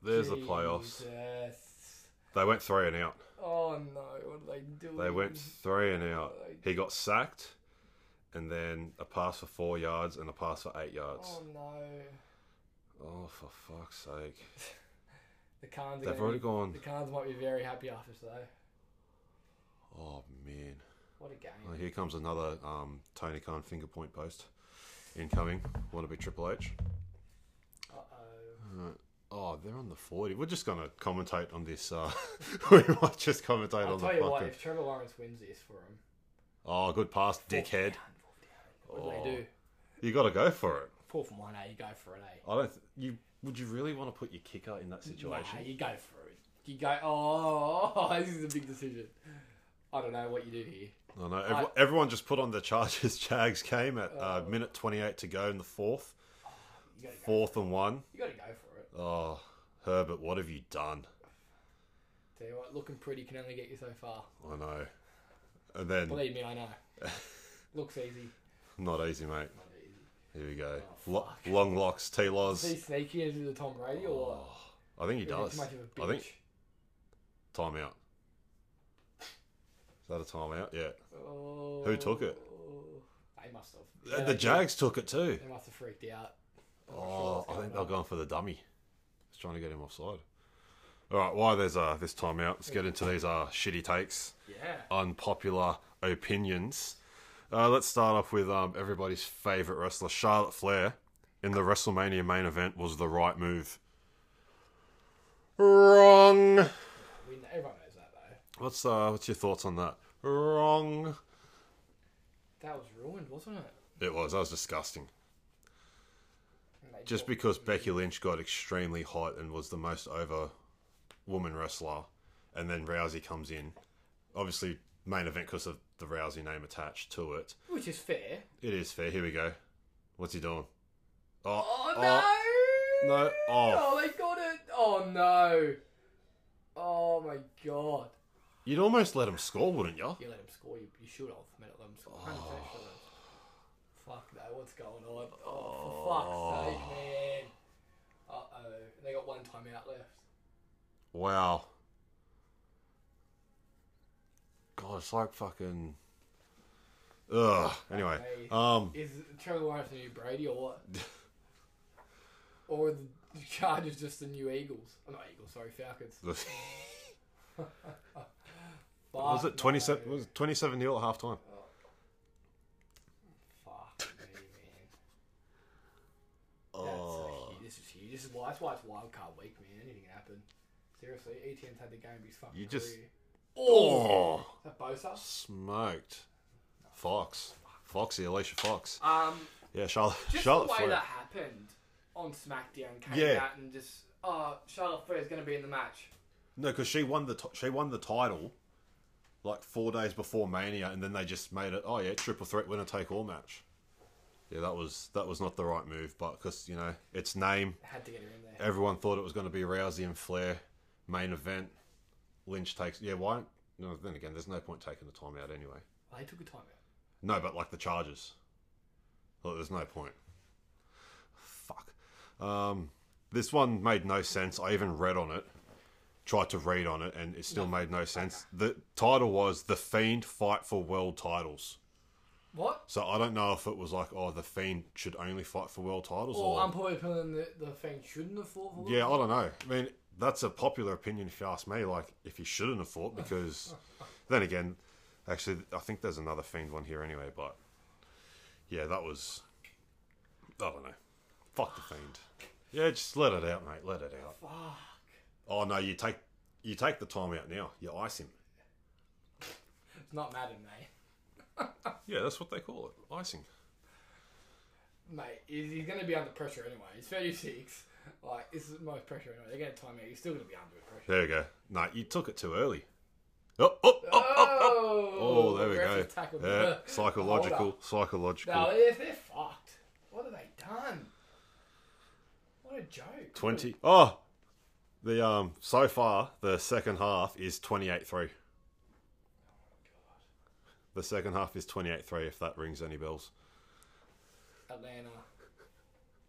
Speaker 2: There's the playoffs.
Speaker 1: Jesus.
Speaker 2: They went three and out.
Speaker 1: Oh no, what are they doing?
Speaker 2: They went three and out. He got sacked, and then a pass for four yards and a pass for eight yards.
Speaker 1: Oh no.
Speaker 2: Oh, for fuck's sake!
Speaker 1: The Khans are
Speaker 2: They've
Speaker 1: gonna
Speaker 2: already
Speaker 1: be-
Speaker 2: gone.
Speaker 1: The Khans might be very happy after today.
Speaker 2: Oh man!
Speaker 1: What a game.
Speaker 2: Oh, here comes another um, Tony Khan finger point post. Incoming, want to be Triple H.
Speaker 1: Uh oh.
Speaker 2: Oh, they're on the forty. We're just gonna commentate on this. Uh, we might just commentate
Speaker 1: I'll
Speaker 2: on the
Speaker 1: tell you what,
Speaker 2: fucking.
Speaker 1: if Trevor Lawrence wins this for him,
Speaker 2: Oh, good pass, dickhead!
Speaker 1: What do
Speaker 2: Oh.
Speaker 1: they do?
Speaker 2: You got to go for it.
Speaker 1: pull from one A, you go for an A.
Speaker 2: I don't. Th- you would you really want to put your kicker in that
Speaker 1: Nah,
Speaker 2: situation?
Speaker 1: you go for it. You go. Oh, this is a big decision. I don't know what you do here.
Speaker 2: No, no. Ev- everyone just put on their charges. Jags came at uh,
Speaker 1: Oh.
Speaker 2: minute twenty-eight to go in the fourth,
Speaker 1: You gotta go.
Speaker 2: fourth and one.
Speaker 1: You gotta go for it.
Speaker 2: Oh, Herbert, what have you done?
Speaker 1: Tell you what, looking pretty can only get you so far.
Speaker 2: I know. And then
Speaker 1: Believe me, I know. Looks easy.
Speaker 2: not easy, mate.
Speaker 1: Not easy.
Speaker 2: Here we go.
Speaker 1: Oh,
Speaker 2: Lo-
Speaker 1: fuck.
Speaker 2: long locks, T.
Speaker 1: Is he
Speaker 2: Laws.
Speaker 1: sneaky into the Tom Brady or what?
Speaker 2: I think Oh, he
Speaker 1: Is he
Speaker 2: does.
Speaker 1: Too much of a
Speaker 2: I
Speaker 1: bitch?
Speaker 2: think timeout. Is that a timeout? Yeah.
Speaker 1: Oh,
Speaker 2: Who took it?
Speaker 1: They must have.
Speaker 2: The-
Speaker 1: Yeah,
Speaker 2: the
Speaker 1: they-
Speaker 2: Jags took it too.
Speaker 1: They must have freaked out. I'm not sure
Speaker 2: Oh,
Speaker 1: what's
Speaker 2: I
Speaker 1: going
Speaker 2: think they're
Speaker 1: on.
Speaker 2: going for the dummy. Just trying to get him offside. All right, while there's uh, this timeout, let's get into these uh, shitty takes,
Speaker 1: Yeah.
Speaker 2: unpopular opinions. Uh, let's start off with um, everybody's favorite wrestler, Charlotte Flair. In the WrestleMania main event, was the right move. Wrong.
Speaker 1: We kn- everyone knows that though.
Speaker 2: What's uh, what's your thoughts on that? Wrong.
Speaker 1: That was ruined, wasn't it?
Speaker 2: It was. That was disgusting.
Speaker 1: And they
Speaker 2: just
Speaker 1: bought-
Speaker 2: because Becky Lynch got extremely hot and was the most over woman wrestler, and then Rousey comes in. Obviously, main event because of the Rousey name attached to it.
Speaker 1: which is fair.
Speaker 2: It is fair. Here we go. What's he doing? Oh,
Speaker 1: Oh
Speaker 2: oh,
Speaker 1: no!
Speaker 2: no! Oh,
Speaker 1: Oh, they got it! Oh no! Oh my god!
Speaker 2: you'd almost let him score, wouldn't you?
Speaker 1: You let him score. You, you should have. I mean, let him score. 100% should have. Fuck no! What's going on? Oh, for fuck's sake, man! Uh oh! They got one timeout left.
Speaker 2: Wow. God, it's like fucking. Ugh. Anyway, um,
Speaker 1: Is Trevor Lawrence the new Brady or what? or the Chargers just the new Eagles? Oh, not Eagles, sorry, Falcons.
Speaker 2: the-
Speaker 1: Fuck
Speaker 2: was it twenty
Speaker 1: no.
Speaker 2: seven? Was it twenty seven nil at half time?
Speaker 1: Fuck me, man. That's a
Speaker 2: Oh.
Speaker 1: hu- this is huge. This is why that's why it's wild card week, man. Anything can happen. Seriously, ETN's had the game of his fucking
Speaker 2: You just-
Speaker 1: career.
Speaker 2: Oh,
Speaker 1: Is that Bosa?
Speaker 2: smoked. Fox. Foxy, Alicia Fox.
Speaker 1: Um,
Speaker 2: Yeah, Charlotte.
Speaker 1: just
Speaker 2: Charlotte
Speaker 1: the way
Speaker 2: Flair.
Speaker 1: that happened on SmackDown came
Speaker 2: Yeah.
Speaker 1: out and just oh, Charlotte Flair is going to be in the match.
Speaker 2: No, because she won the t- she won the title like four days before Mania, and then they just made it. Oh yeah, triple threat winner take all match. Yeah, that was that was not the right move, but because you know its name,
Speaker 1: Had to get her in there.
Speaker 2: everyone thought it was going to be Rousey and Flair main event. Lynch takes. Yeah, why? No, then again, there's no point taking the time out anyway.
Speaker 1: Well, they took a timeout.
Speaker 2: No, but like the charges. Look, there's no point. Fuck. Um, this one made no sense. I even read on it, tried to read on it, and it still made no sense. The title was "The Fiend Fight for World Titles."
Speaker 1: What?
Speaker 2: So I don't know if it was like, oh, the Fiend should only fight for world titles,
Speaker 1: Or
Speaker 2: or
Speaker 1: I'm probably feeling that the thing shouldn't have fought for. it.
Speaker 2: Oh. yeah, I don't know. I mean, that's a popular opinion if you ask me. Like, if he shouldn't have fought, because then again, actually, I think there's another fiend one here anyway. But yeah, that was I don't know. Fuck the fiend. Yeah, just let it out, mate. Let it out.
Speaker 1: Fuck.
Speaker 2: Oh no, you take you take the time out now. You ice him.
Speaker 1: It's not Madden, mate.
Speaker 2: Yeah, that's what they call it, icing.
Speaker 1: Mate, he's, he's going to be under pressure anyway. He's 36. Like, this is the most pressure anyway. They're going to time out. He's still going to be under pressure.
Speaker 2: There you go. No, you took it too early. Oh, oh, oh, oh, oh.
Speaker 1: Oh,
Speaker 2: Oh, there we
Speaker 1: aggressive
Speaker 2: go.
Speaker 1: tackle.
Speaker 2: Yeah,
Speaker 1: Hold
Speaker 2: psychological,
Speaker 1: up.
Speaker 2: psychological.
Speaker 1: No, they're, they're fucked. What have they done? What a joke.
Speaker 2: 20 oh the um so far the second half is 28-3 the second half is 28-3 if that rings any bells
Speaker 1: Atlanta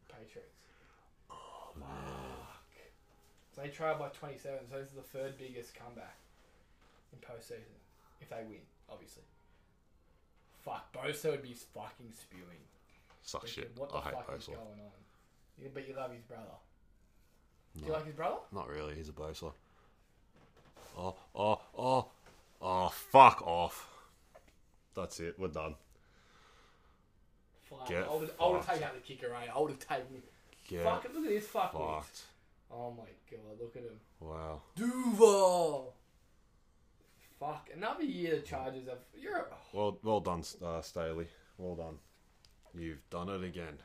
Speaker 1: Patriots.
Speaker 2: Oh,
Speaker 1: Fuck. So they trail by 27, so this is the third biggest comeback in postseason. If they win, obviously. Fuck, Bosa would be fucking spewing.
Speaker 2: suck shit
Speaker 1: What the
Speaker 2: i hate
Speaker 1: fuck is
Speaker 2: Bosa.
Speaker 1: going on? Yeah, but you love his brother. Do you like his brother?
Speaker 2: not really he's a Bosa. oh oh oh oh fuck off that's it we're done
Speaker 1: Fuck,
Speaker 2: Get
Speaker 1: I would, I would
Speaker 2: fucked.
Speaker 1: take out the kicker, eh? I would have taken.
Speaker 2: get
Speaker 1: Fuck, look at this fucking.
Speaker 2: fucked
Speaker 1: Oh my god, look at him.
Speaker 2: wow
Speaker 1: Duval! Fuck, another year the Chargers have. You're. a-
Speaker 2: well well done uh, Staley well done you've done it again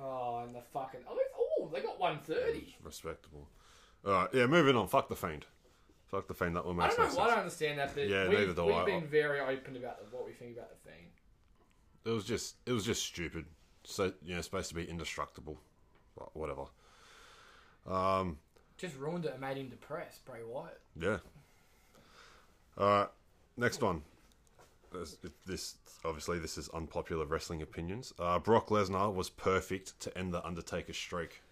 Speaker 1: Oh, and the fucking oh, it's- oh, they got one thirty.
Speaker 2: Respectable. All right, yeah. Moving on. Fuck the fiend. Fuck the fiend. That one
Speaker 1: I
Speaker 2: makes
Speaker 1: don't
Speaker 2: no
Speaker 1: know
Speaker 2: sense.
Speaker 1: why I don't understand that. But
Speaker 2: Yeah,
Speaker 1: we've,
Speaker 2: neither do
Speaker 1: we've
Speaker 2: I.
Speaker 1: been very open about what we think about the thing.
Speaker 2: It was just it was just stupid. So you know, it's supposed to be indestructible, but whatever. Um,
Speaker 1: Just ruined it and made him depressed. Bray Wyatt.
Speaker 2: yeah. All right, next one. This, if this obviously this is unpopular wrestling opinions. Uh, Brock Lesnar was perfect to end the Undertaker's streak.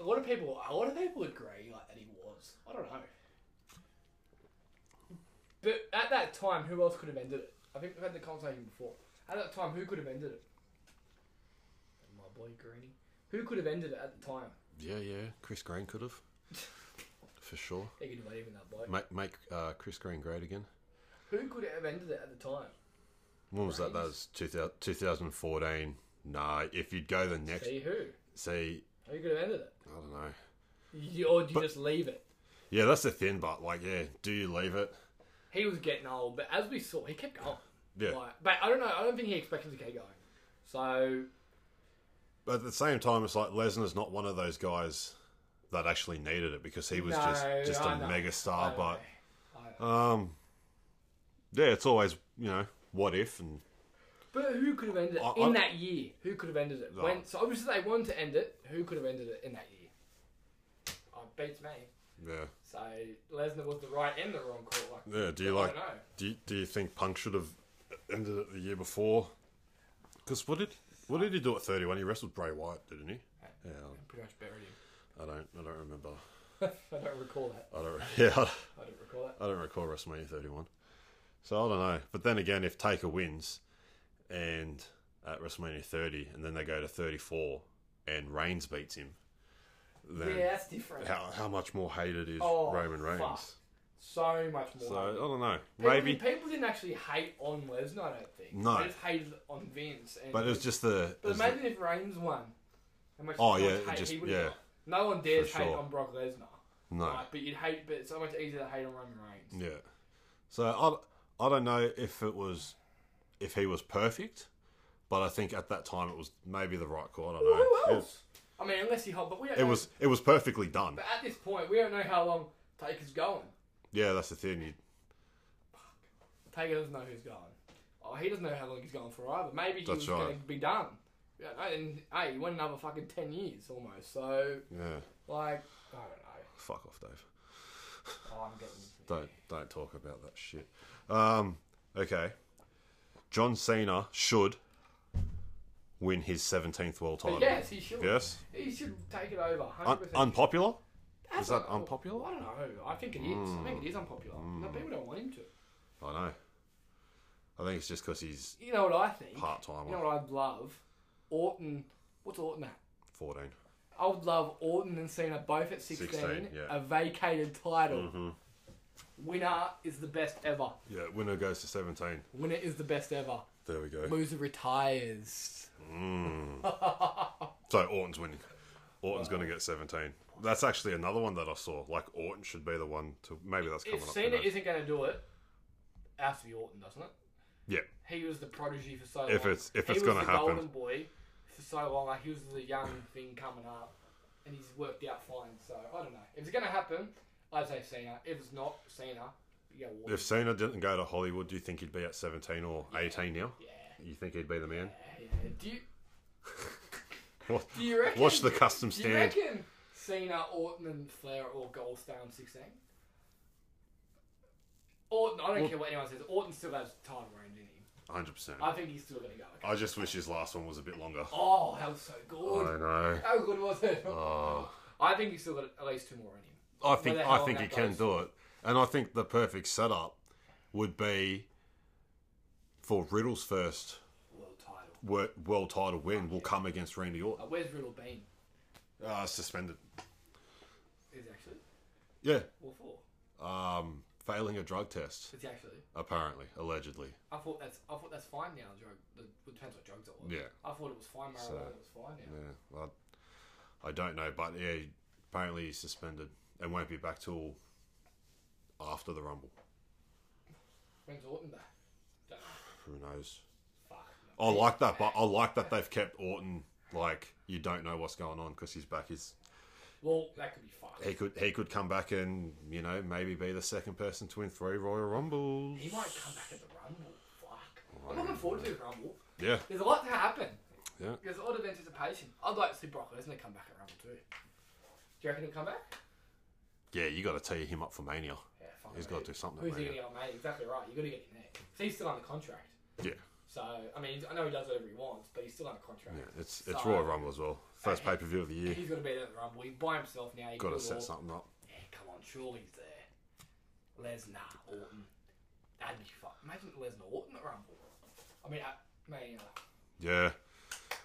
Speaker 1: A lot of people, a lot of people agree like that he was. I don't know. But at that time, who else could have ended it? I think we've had the conversation before. At that time, who could have ended it? My boy Greeny. Who could have ended it at the time?
Speaker 2: Yeah, yeah. Chris Green could have, for sure.
Speaker 1: They could not even that bloke.
Speaker 2: Make make uh, Chris Green great again.
Speaker 1: Who could have ended it at the time?
Speaker 2: When was that? That was 2000, 2014. Nah, if you'd go the next,
Speaker 1: See who?
Speaker 2: see,
Speaker 1: Who could have ended it?
Speaker 2: I don't know.
Speaker 1: You, or do you just leave it?
Speaker 2: Yeah, that's the thin part. Like, yeah, do you leave it?
Speaker 1: He was getting old, but as we saw, he kept going.
Speaker 2: Yeah.
Speaker 1: Like, but I don't know. I don't think he expected to keep going. So
Speaker 2: But at the same time, it's like Lesnar's not one of those guys that actually needed it because he was
Speaker 1: no,
Speaker 2: just just
Speaker 1: I
Speaker 2: a
Speaker 1: know.
Speaker 2: mega
Speaker 1: I
Speaker 2: star.
Speaker 1: know.
Speaker 2: Ah, But
Speaker 1: I know.
Speaker 2: um, yeah, it's always you know what if and
Speaker 1: But who could have ended it
Speaker 2: I-
Speaker 1: in
Speaker 2: I-
Speaker 1: that year? Who could have ended it? When,
Speaker 2: No.
Speaker 1: so obviously they wanted to end it. Who could have ended it in that year? Oh, it beats me.
Speaker 2: yeah,
Speaker 1: So Lesnar was the right and the wrong call. Like,
Speaker 2: yeah. Do you
Speaker 1: I
Speaker 2: like?
Speaker 1: don't know.
Speaker 2: Do you, do you think Punk should have ended it the year before? Because what did what did he do at thirty one? He wrestled Bray Wyatt, didn't he? Yeah,
Speaker 1: Pretty much buried him.
Speaker 2: I don't I don't remember.
Speaker 1: I don't recall that.
Speaker 2: I don't yeah.
Speaker 1: I don't recall that.
Speaker 2: I don't recall WrestleMania 31. So I don't know. But then again, if Taker wins and at WrestleMania 30, and then they go to 34 and Reigns beats him, then
Speaker 1: yeah, that's different.
Speaker 2: how, how much more hated is
Speaker 1: Oh,
Speaker 2: Roman Reigns?
Speaker 1: fuck. So much more.
Speaker 2: So I don't know.
Speaker 1: people,
Speaker 2: Maybe.
Speaker 1: people didn't actually hate on Lesnar. I don't think.
Speaker 2: No.
Speaker 1: They just hated on Vince. And
Speaker 2: But it was just the. it
Speaker 1: But
Speaker 2: was the-
Speaker 1: imagine if Reigns won. How much
Speaker 2: Oh,
Speaker 1: no
Speaker 2: yeah,
Speaker 1: one's
Speaker 2: it
Speaker 1: hate-
Speaker 2: just-
Speaker 1: he would've
Speaker 2: yeah.
Speaker 1: got. No one dares
Speaker 2: For
Speaker 1: hate
Speaker 2: sure.
Speaker 1: on Brock Lesnar.
Speaker 2: no.
Speaker 1: Like, but you'd hate, but it's so much easier to hate on Roman Reigns.
Speaker 2: Yeah. So I, I don't know if it was. If he was perfect, but I think at that time it was maybe the right call. I don't know.
Speaker 1: Who
Speaker 2: It-
Speaker 1: else? I mean, unless he hot, but we don't
Speaker 2: It
Speaker 1: know,
Speaker 2: was it was perfectly done.
Speaker 1: But at this point, we don't know how long Taker's going.
Speaker 2: Yeah, that's the thing. You,
Speaker 1: Taker doesn't know who's going. Oh, he doesn't know how long he's going for either. Maybe he
Speaker 2: That's
Speaker 1: was
Speaker 2: right.
Speaker 1: going to be done. We don't know, And hey, he went another fucking ten years almost. So
Speaker 2: yeah.
Speaker 1: like, I don't know.
Speaker 2: Fuck off, Dave.
Speaker 1: Oh, I'm getting.
Speaker 2: Don't don't talk about that shit. Um, okay. John Cena should win his seventeenth world title.
Speaker 1: But yes, he should.
Speaker 2: Yes?
Speaker 1: He should take it over. 100%.
Speaker 2: Un- unpopular?
Speaker 1: That's
Speaker 2: Is that
Speaker 1: not-
Speaker 2: unpopular?
Speaker 1: I don't know. I think it is. I think it
Speaker 2: Mm.
Speaker 1: is unpopular. No, people don't want him to.
Speaker 2: I know. I think it's just because he's
Speaker 1: You know what I think?
Speaker 2: part time.
Speaker 1: You know what I'd love? Orton. What's Orton at?
Speaker 2: Fourteen.
Speaker 1: I would love Orton and Cena both at 16,
Speaker 2: 16, yeah. Mm-hmm.
Speaker 1: a vacated title. Winner is the best ever.
Speaker 2: Yeah, winner goes to seventeen.
Speaker 1: Winner is the best ever.
Speaker 2: There we go.
Speaker 1: Loser retires.
Speaker 2: So Orton's winning. Orton's going to get seventeen. That's actually another one that I saw. Like Orton should be the one to. Maybe that's coming
Speaker 1: If
Speaker 2: up.
Speaker 1: Cena
Speaker 2: who knows?
Speaker 1: isn't going to do it, after the Orton, doesn't it?
Speaker 2: yeah,
Speaker 1: He was the prodigy for so long.
Speaker 2: If it's- if
Speaker 1: he
Speaker 2: it's
Speaker 1: was
Speaker 2: gonna
Speaker 1: the
Speaker 2: happen.
Speaker 1: golden boy for so long. Like he was the young thing coming up, and he's worked out fine. So I don't know if it's going to happen. I'd say Cena. If it's not Cena, yeah, Orton.
Speaker 2: if Cena didn't go to Hollywood, do you think he'd be at seventeen or eighteen now?
Speaker 1: yeah,
Speaker 2: You think he'd be the man?
Speaker 1: yeah. Do you
Speaker 2: What-
Speaker 1: do you reckon?
Speaker 2: Watch the custom
Speaker 1: Do you
Speaker 2: stand.
Speaker 1: reckon Cena, Orton, and Flair are all Goldstone 16? Orton, I don't care what anyone says, Orton still has title reigns in him.
Speaker 2: 100%.
Speaker 1: I think he's still going to go. Okay.
Speaker 2: I just wish his last one was a bit longer.
Speaker 1: Oh, that was so
Speaker 2: I
Speaker 1: good.
Speaker 2: know.
Speaker 1: How good was it?
Speaker 2: Oh.
Speaker 1: I think he's still got at least two more in him.
Speaker 2: I think
Speaker 1: Whether
Speaker 2: I
Speaker 1: how
Speaker 2: think he
Speaker 1: that
Speaker 2: can
Speaker 1: goes.
Speaker 2: do it. And I think the perfect setup would be for Riddle's first
Speaker 1: World title.
Speaker 2: wor- world title win will come against Randy Orton.
Speaker 1: Uh, where's Riddle been? Oh.
Speaker 2: Uh, suspended.
Speaker 1: Is he actually?
Speaker 2: Yeah.
Speaker 1: Or four?
Speaker 2: Um, failing a drug test,
Speaker 1: Is he actually?
Speaker 2: apparently, allegedly.
Speaker 1: I thought that's I thought that's fine now. Drug. The, it depends what drugs it was.
Speaker 2: Yeah.
Speaker 1: I thought it was fine. Marijuana
Speaker 2: So,
Speaker 1: was fine now.
Speaker 2: Yeah. well, I don't know, but yeah, apparently he's suspended and won't be back till after the Rumble.
Speaker 1: When's Orton back? Don't know.
Speaker 2: Who knows?
Speaker 1: Fuck.
Speaker 2: I like that, but I like that they've kept Orton Like you don't know what's going on because his back is
Speaker 1: Well, that could be fun.
Speaker 2: he could he could come back and you know maybe be the second person to win three Royal Rumbles.
Speaker 1: He might come back at the Rumble. Fuck. I'm looking forward to the Rumble.
Speaker 2: Yeah,
Speaker 1: There's a lot to happen.
Speaker 2: yeah.
Speaker 1: There's a lot of anticipation. I'd like to see Brock Lesnar come back at Rumble too. Do you reckon he'll come back?
Speaker 2: Yeah, you got to tee him up for Mania.
Speaker 1: Yeah, fuck
Speaker 2: He's
Speaker 1: it.
Speaker 2: got to do something.
Speaker 1: Who's
Speaker 2: at
Speaker 1: he
Speaker 2: Mania.
Speaker 1: gonna get, mate? Exactly right. You got to get him there. 'Cause he's still under contract.
Speaker 2: Yeah,
Speaker 1: So I mean, I know he does whatever he wants, but he's still under contract.
Speaker 2: yeah. It's it's
Speaker 1: So-
Speaker 2: Royal Rumble as well. First
Speaker 1: Hey.
Speaker 2: pay per view of the year.
Speaker 1: He's got to be there at the Rumble. He's by himself now. He
Speaker 2: Got
Speaker 1: can
Speaker 2: to
Speaker 1: do it all.
Speaker 2: set something up.
Speaker 1: Yeah, come on, surely he's there. Lesnar, Orton. That'd be fun. Imagine Lesnar Orton at Rumble. I mean, uh, at Mania.
Speaker 2: Yeah.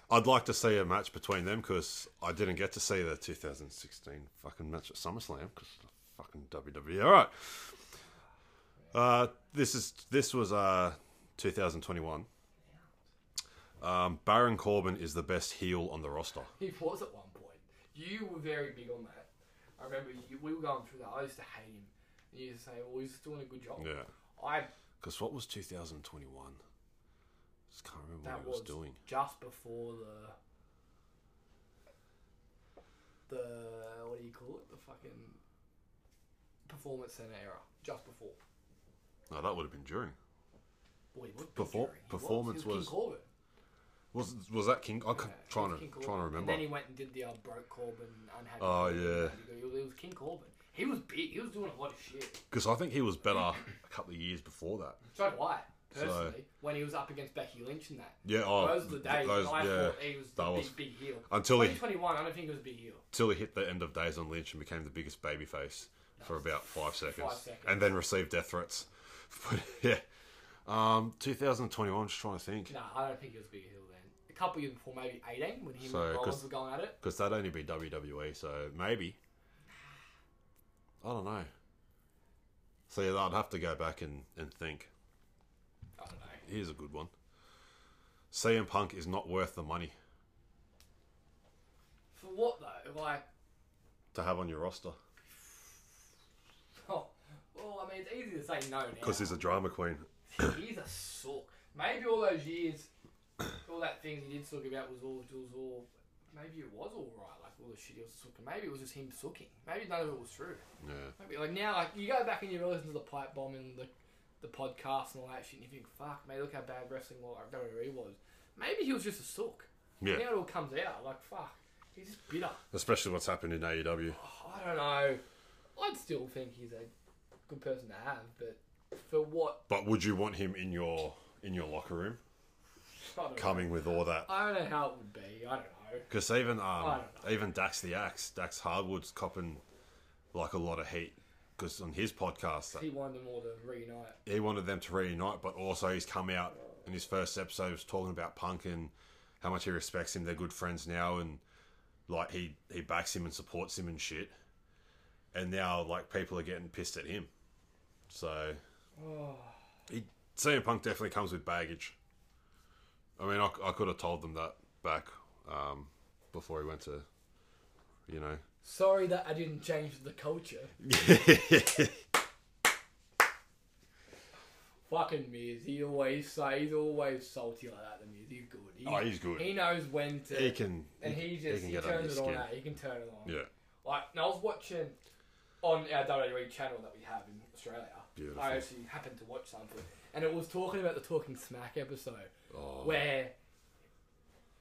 Speaker 2: I'd like to see a match between them because I didn't get to see the 2016 fucking match at SummerSlam because fucking WWE. All right. Uh, this is this was uh 2021. Um, Baron Corbin is the best heel on the roster.
Speaker 1: He was at one point. You were very big on that. I remember you, we were going through that. I used to hate him. And you used to say, well, he's doing a good job.
Speaker 2: Yeah.
Speaker 1: I
Speaker 2: Because what was 2021? Just can't remember
Speaker 1: That
Speaker 2: what he was,
Speaker 1: was
Speaker 2: doing.
Speaker 1: just before the the what do you call it? The fucking performance center era. Just before.
Speaker 2: No, that would have been during.
Speaker 1: Boy, what
Speaker 2: Perfor- performance
Speaker 1: he was,
Speaker 2: was-
Speaker 1: King Corbin.
Speaker 2: Was was that King? I'm
Speaker 1: Yeah, he
Speaker 2: trying
Speaker 1: was
Speaker 2: to
Speaker 1: King Corbin.
Speaker 2: trying to remember.
Speaker 1: And then he went and did the old broke Corbin unhappy.
Speaker 2: Oh,
Speaker 1: Corbin,
Speaker 2: yeah.
Speaker 1: unhappy Corbin. He was, he was King Corbin. He was big. He was doing a lot of shit.
Speaker 2: Because I think he was better a couple of years before that.
Speaker 1: So do I
Speaker 2: So-
Speaker 1: personally when he was up against Becky Lynch and that.
Speaker 2: Yeah, oh,
Speaker 1: those were the days
Speaker 2: those-
Speaker 1: when I
Speaker 2: yeah,
Speaker 1: thought he was the
Speaker 2: that
Speaker 1: big
Speaker 2: was
Speaker 1: big heel.
Speaker 2: until he-
Speaker 1: 2021, I don't think it was a big heel.
Speaker 2: till he hit the end of days on Lynch and became the biggest babyface for about five seconds,
Speaker 1: seconds.
Speaker 2: and then received death threats. But yeah, um, 2021. I'm just trying to think
Speaker 1: No, I don't think he was a big heel then. A couple years before, maybe 18, when him
Speaker 2: So,
Speaker 1: and Rollins
Speaker 2: 'cause-
Speaker 1: were going at it.
Speaker 2: because that'd only be WWE, so maybe I don't know. So yeah, I'd have to go back and, and think.
Speaker 1: I don't know.
Speaker 2: Here's a good one. CM Punk is not worth the money
Speaker 1: For what though? Like,
Speaker 2: to have on your roster
Speaker 1: oh, well, I mean, it's easy to say no now.
Speaker 2: because he's a drama queen.
Speaker 1: he's a sook. Maybe all those years, all that things he did sook about was all, was all. Maybe it was all right, like all the shit he was sooking. Maybe it was just him sooking. Maybe none of it was true.
Speaker 2: Yeah,
Speaker 1: Maybe like now, like you go back and you listen to the pipe bomb and the the podcast and all that shit, and you think, fuck, mate, look how bad wrestling was, or WWE E was. Maybe he was just a sook.
Speaker 2: yeah.
Speaker 1: Now it all comes out. Like, fuck. He's just bitter.
Speaker 2: Especially what's happened in E AEW.
Speaker 1: I don't know. I'd still think he's a good person to have, but for what?
Speaker 2: But would you want him in your in your locker room,
Speaker 1: I don't, know.
Speaker 2: coming with all that?
Speaker 1: I don't know how it would be. I don't know.
Speaker 2: Because even um,
Speaker 1: I
Speaker 2: even Dax the Axe, Dax Hardwood's copping like a lot of heat. Because on his podcast,
Speaker 1: He wanted them all to reunite.
Speaker 2: he wanted them to reunite, but also he's come out in his first episode was talking about Punk and how much he respects him. They're good friends now, and like he he backs him and supports him and shit. And now like people are getting pissed at him. So,
Speaker 1: Oh.
Speaker 2: he, CM Punk definitely comes with baggage. I mean, I, I could have told them that back um, before he went to, you know,
Speaker 1: Sorry that I didn't change the culture. Fucking Miz, he always say he's always salty like that. The Miz, he's good. He,
Speaker 2: Oh, he's good.
Speaker 1: He knows when to.
Speaker 2: he can
Speaker 1: and he just he, turns it on. Out. He can turn it on.
Speaker 2: Yeah,
Speaker 1: Like, and I was watching on our WWE channel that we have in Australia.
Speaker 2: Beautiful.
Speaker 1: I actually happened to watch something, and it was talking about the Talking Smack episode, where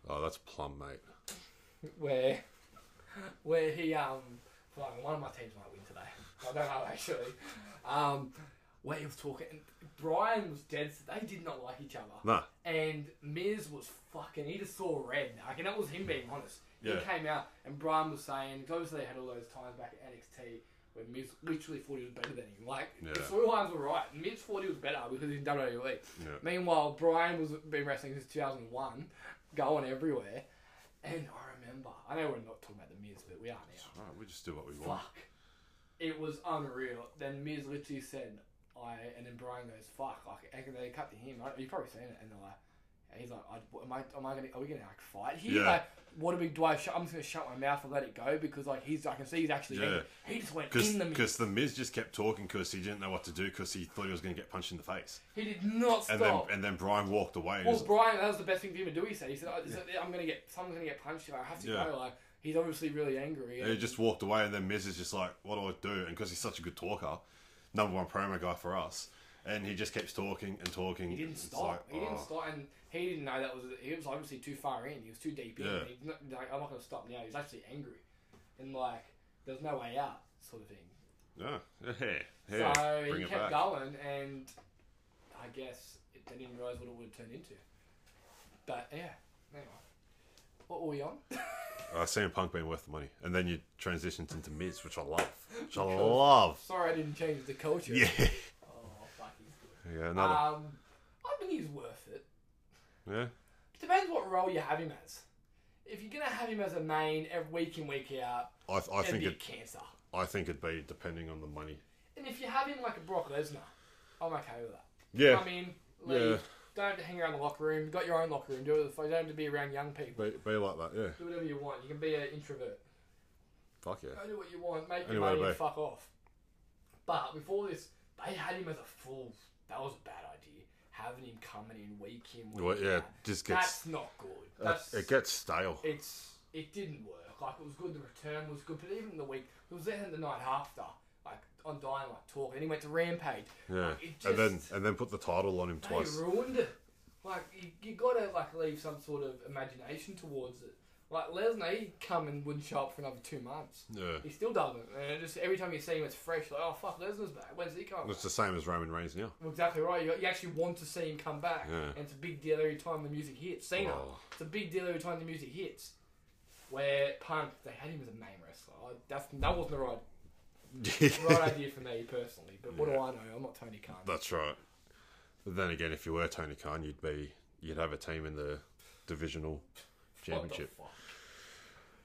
Speaker 2: oh, that's plum, mate.
Speaker 1: where where he um fuck, one of my teams might win today. I don't know actually. Um, where he was talking, and Brian was dead. so They did not like each other.
Speaker 2: Nah.
Speaker 1: And Miz was fucking. He just saw red. Like, and that was him being honest.
Speaker 2: Yeah.
Speaker 1: He came out, and Brian was saying, 'cause obviously they had all those times back at NXT where Miz literally thought he was better than him. Like the
Speaker 2: Yeah.
Speaker 1: storylines were right. Miz thought he was better because he's in WWE.
Speaker 2: Yeah.
Speaker 1: Meanwhile, Brian was been wrestling since 2001, going everywhere. And I remember, I know we're not talking about the Miz, but we are now.
Speaker 2: Alright, we just do what we want.
Speaker 1: Fuck. It was unreal. Then Miz literally said, I, and then Brian goes, fuck. Like, and they cut to him. I- You've probably seen it. And they're like, And he's like, I, am I, am I gonna, are we gonna like fight here?
Speaker 2: Yeah.
Speaker 1: Like, what do we do? I sh- I'm just gonna shut my mouth and let it go because like he's, I can see he's actually,
Speaker 2: Yeah.
Speaker 1: angry. he just went in the mix.
Speaker 2: Because the Miz just kept talking because he didn't know what to do because he thought he was going to get punched in the face.
Speaker 1: He did not
Speaker 2: And
Speaker 1: stop.
Speaker 2: then and then Brian walked away. and
Speaker 1: well,
Speaker 2: he's-
Speaker 1: Brian, that was the best thing for him to do. He said, he said, I- I'm gonna get, someone's gonna get punched. here. I have to
Speaker 2: Yeah.
Speaker 1: go. Like, he's obviously really angry.
Speaker 2: he just walked away, and then Miz is just like, "What do I do?" And because he's such a good talker, number one promo guy for us, and he just keeps talking and talking.
Speaker 1: He didn't
Speaker 2: It's
Speaker 1: stop.
Speaker 2: like,
Speaker 1: he didn't
Speaker 2: oh.
Speaker 1: stop, and he didn't know that was. He was obviously too far in. He was too deep in.
Speaker 2: Yeah.
Speaker 1: He's not, like, I'm not going to stop now. He was actually angry, and like there's no way out, sort of thing.
Speaker 2: Yeah, yeah, yeah.
Speaker 1: so
Speaker 2: Bring
Speaker 1: he
Speaker 2: it
Speaker 1: kept
Speaker 2: back.
Speaker 1: going, and I guess it, they didn't realize what it would turn into. But yeah, anyway, what were we on?
Speaker 2: Uh, CM Punk being worth the money, and then you transitioned into Miz, which I love, which I love.
Speaker 1: Sorry, I didn't change the culture.
Speaker 2: Yeah,
Speaker 1: Oh fuck, he's good.
Speaker 2: yeah, another,
Speaker 1: Um, I think he's worth it.
Speaker 2: yeah,
Speaker 1: Depends what role you have him as. If you're gonna have him as a main every week in week out,
Speaker 2: I, I
Speaker 1: it'd
Speaker 2: think
Speaker 1: be
Speaker 2: it,
Speaker 1: cancer.
Speaker 2: I think it'd be depending on the money.
Speaker 1: And if you have him like a Brock Lesnar, I'm okay with that.
Speaker 2: Yeah,
Speaker 1: I mean, leave.
Speaker 2: Yeah.
Speaker 1: Don't have to hang around the locker room. You've got your own locker room. Do whatever the fuck. You don't have to be around young people.
Speaker 2: be, be like that. Yeah,
Speaker 1: Do whatever you want. You can be an introvert.
Speaker 2: fuck yeah.
Speaker 1: Go do what you want. Make your
Speaker 2: Anyway,
Speaker 1: money and
Speaker 2: babe.
Speaker 1: fuck off. But before this, they had him as a fool. That was a bad idea. Having him coming in week in week
Speaker 2: Well, yeah,
Speaker 1: out.
Speaker 2: just gets
Speaker 1: That's not good.
Speaker 2: that,
Speaker 1: That's
Speaker 2: it gets stale.
Speaker 1: it's it didn't work. Like it was good, the return was good, but even the week it was then the night after, like on Dynamite talking, and he went to Rampage.
Speaker 2: Yeah,
Speaker 1: Like, it just,
Speaker 2: and then and then put the title on him
Speaker 1: they
Speaker 2: twice.
Speaker 1: ruined it. Like you, you gotta like leave some sort of imagination towards it. Like Lesnar, he come and wouldn't show up for another two months.
Speaker 2: Yeah,
Speaker 1: He still doesn't, and it just every time you see him, it's fresh. Like oh fuck, Lesnar's back. When's he coming?
Speaker 2: it's the same as Roman Reigns now.
Speaker 1: Well, exactly right. You, you actually want to see him come back,
Speaker 2: Yeah.
Speaker 1: and it's a big deal every time the music hits. Cena,
Speaker 2: Oh.
Speaker 1: it's a big deal every time the music hits. Where Punk, they had him as a main wrestler. I, that's, that wasn't the right right idea for me personally. But what do I know? I'm not Tony Khan.
Speaker 2: That's right. But then again, if you were Tony Khan, you'd be you'd have a team in the divisional
Speaker 1: What the
Speaker 2: championship.
Speaker 1: fuck?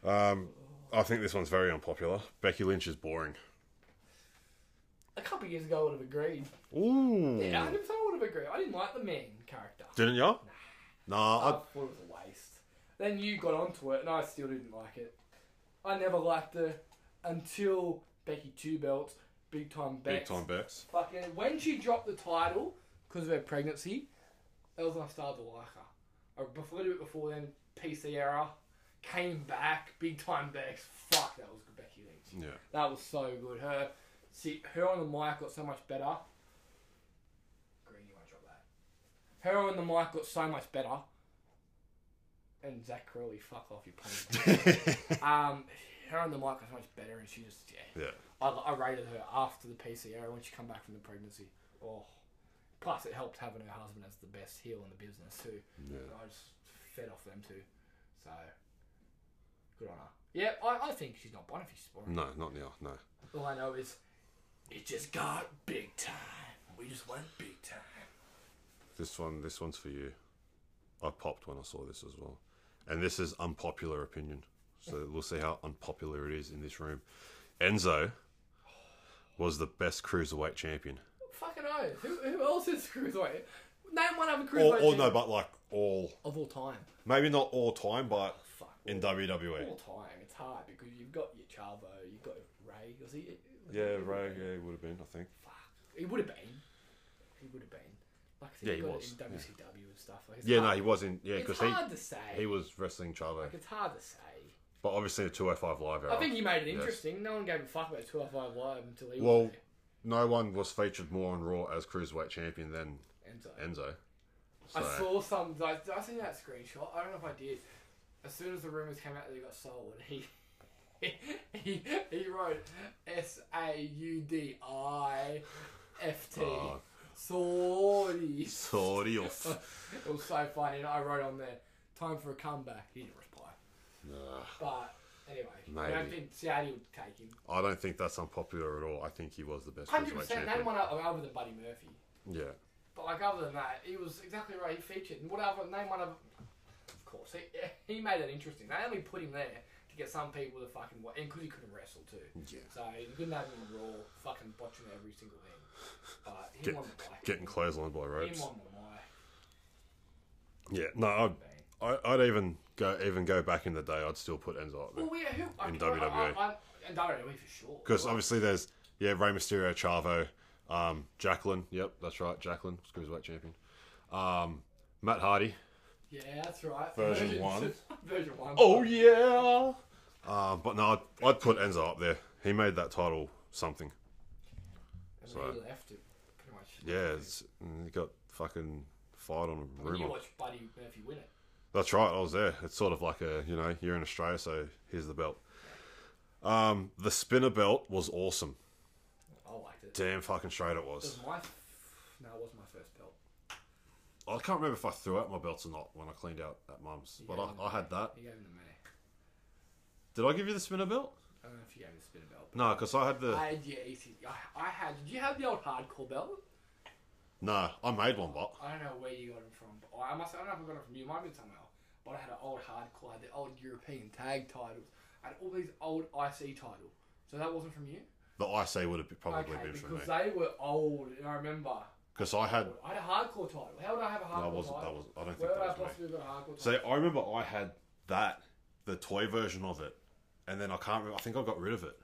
Speaker 2: I think this one's very unpopular. Becky Lynch is boring.
Speaker 1: A couple of years ago, I would have agreed.
Speaker 2: Ooh,
Speaker 1: Yeah, 100% I would have agreed. I didn't like the man character.
Speaker 2: didn't you?
Speaker 1: I
Speaker 2: Nah, I,
Speaker 1: thought it was a waste. Then you got onto it, and I still didn't like it. I never liked her until Becky Two Belts, Big Time
Speaker 2: big
Speaker 1: Bex.
Speaker 2: time Bex.
Speaker 1: Fucking when she dropped the title because of her pregnancy, that was when I started to like her. Uh, before, a little bit before then, PC era came back, big time Bex. Fuck, that was good Becky Lynch.
Speaker 2: Yeah,
Speaker 1: That was so good. Her, see, her on the mic got so much better. Green, you want to drop that? Her on the mic got so much better. And Zach Curley, fuck off, you punk. um, her on the mic got so much better, and she just yeah.
Speaker 2: yeah.
Speaker 1: I, I rated her after the PC era when she come back from the pregnancy. Oh, plus it helped having her husband as the best heel in the business too. I just fed off them two, so good on her. Yeah, I, I think she's not boring. If she's boring.
Speaker 2: No, not now. No.
Speaker 1: All I know is it just got big time. We just went big time.
Speaker 2: This one, this one's for you. I popped when I saw this as well, and this is unpopular opinion. So we'll see how unpopular it is in this room. Enzo was the best cruiserweight champion,
Speaker 1: Fucking oh, who, who else is cruiserweight? Name one other
Speaker 2: or,
Speaker 1: cruiserweight
Speaker 2: or
Speaker 1: champion
Speaker 2: no, but like all,
Speaker 1: of all time.
Speaker 2: maybe not all time, but
Speaker 1: Fuck.
Speaker 2: in E. WWE.
Speaker 1: All time, it's hard because you've got your Chavo, you've got Ray. Was he?
Speaker 2: Yeah, Ray. Yeah, it would have been. I think.
Speaker 1: Fuck. He would have been. He would have been. Like, I think
Speaker 2: Yeah,
Speaker 1: he
Speaker 2: he
Speaker 1: got
Speaker 2: was,
Speaker 1: it in WCW and stuff. Like, it's
Speaker 2: Yeah, no,
Speaker 1: hard-
Speaker 2: he wasn't. Yeah,
Speaker 1: It's
Speaker 2: because
Speaker 1: hard
Speaker 2: he
Speaker 1: to say.
Speaker 2: he was wrestling Chavo,
Speaker 1: like, it's hard to say.
Speaker 2: but obviously the 205 live era.
Speaker 1: I think he made it
Speaker 2: Oh, Yes.
Speaker 1: interesting. No one gave a fuck about 205 Live until he
Speaker 2: Well,
Speaker 1: was there.
Speaker 2: no one was featured more on Raw as cruiserweight champion than
Speaker 1: And so-
Speaker 2: Enzo.
Speaker 1: I saw
Speaker 2: So-
Speaker 1: some. I, I seen that screenshot. I don't know if I did. As soon as the rumors came out that he got sold, he he he, he wrote S A U D I F T.
Speaker 2: Oh.
Speaker 1: Sorry.
Speaker 2: Sorry, off.
Speaker 1: it was so funny. And I wrote on there, time for a comeback. He didn't reply. But anyway, I don't
Speaker 2: Maybe.
Speaker 1: think Seattle would take him.
Speaker 2: I don't think that's unpopular at all. I think he was the best
Speaker 1: 100%.
Speaker 2: cruiserweight
Speaker 1: Name
Speaker 2: champion.
Speaker 1: one other other than Buddy Murphy.
Speaker 2: Yeah,
Speaker 1: But like other than that, he was exactly right. He featured. And what other name one of? Of course, he he made it interesting. They only put him there to get some people to fucking watch, and because he couldn't wrestle too.
Speaker 2: Yeah.
Speaker 1: So you couldn't have him raw, fucking botching every single thing. But he
Speaker 2: Get-
Speaker 1: won the fight.
Speaker 2: getting clotheslined by
Speaker 1: He
Speaker 2: ropes.
Speaker 1: won the night.
Speaker 2: Yeah, no, I'd, I, I'd even go even go back in the day. I'd still put Enzo up there
Speaker 1: Well, yeah, who?
Speaker 2: In E.
Speaker 1: I, I,
Speaker 2: WWE.
Speaker 1: I, in WWE for sure.
Speaker 2: because obviously there's yeah Rey Mysterio, Chavo, um, Jacqueline. Yep, that's right, Jacqueline, cruiserweight champion. Um, Matt Hardy.
Speaker 1: Yeah, that's right.
Speaker 2: Version one.
Speaker 1: version one.
Speaker 2: Oh yeah. Um, but no, I'd, I'd put Enzo up there. He made that title something.
Speaker 1: and
Speaker 2: so-
Speaker 1: he left it pretty much.
Speaker 2: Yeah, it's, he got fucking fired on a
Speaker 1: When you
Speaker 2: rumor.
Speaker 1: watch Buddy Murphy win it.
Speaker 2: That's right. I was there. It's sort of like a you know you're in Australia, so here's the belt. Um, the spinner belt was awesome.
Speaker 1: I liked it.
Speaker 2: Damn fucking straight it
Speaker 1: It was
Speaker 2: was.
Speaker 1: my. f- No, it was my first belt.
Speaker 2: I can't remember if I threw out my belts or not when I cleaned out at mum's, but I, I had that.
Speaker 1: He gave him the money.
Speaker 2: Did I give you the spinner belt?
Speaker 1: I don't know if you gave him the spinner belt. But
Speaker 2: No, because I had the
Speaker 1: I had your EC. I, I had. Did you have the old hardcore belt?
Speaker 2: no. I made one, but
Speaker 1: I don't know where you got it from. But I must. I don't know if I got it from you. It might be somewhere else. But I had an old hardcore. I had the old European tag titles. I had all these old IC titles. So that wasn't from you.
Speaker 2: the IC would have probably
Speaker 1: okay,
Speaker 2: been
Speaker 1: because
Speaker 2: for me
Speaker 1: they were old, and I remember.
Speaker 2: because I had
Speaker 1: I had a hardcore title. How would I have a hardcore
Speaker 2: no, I wasn't. That
Speaker 1: title?
Speaker 2: was I don't think
Speaker 1: Where would I
Speaker 2: that was me.
Speaker 1: possibly have got a hardcore title?
Speaker 2: So I remember I had that, the toy version of it, and then I can't. remember. I think I got rid of it,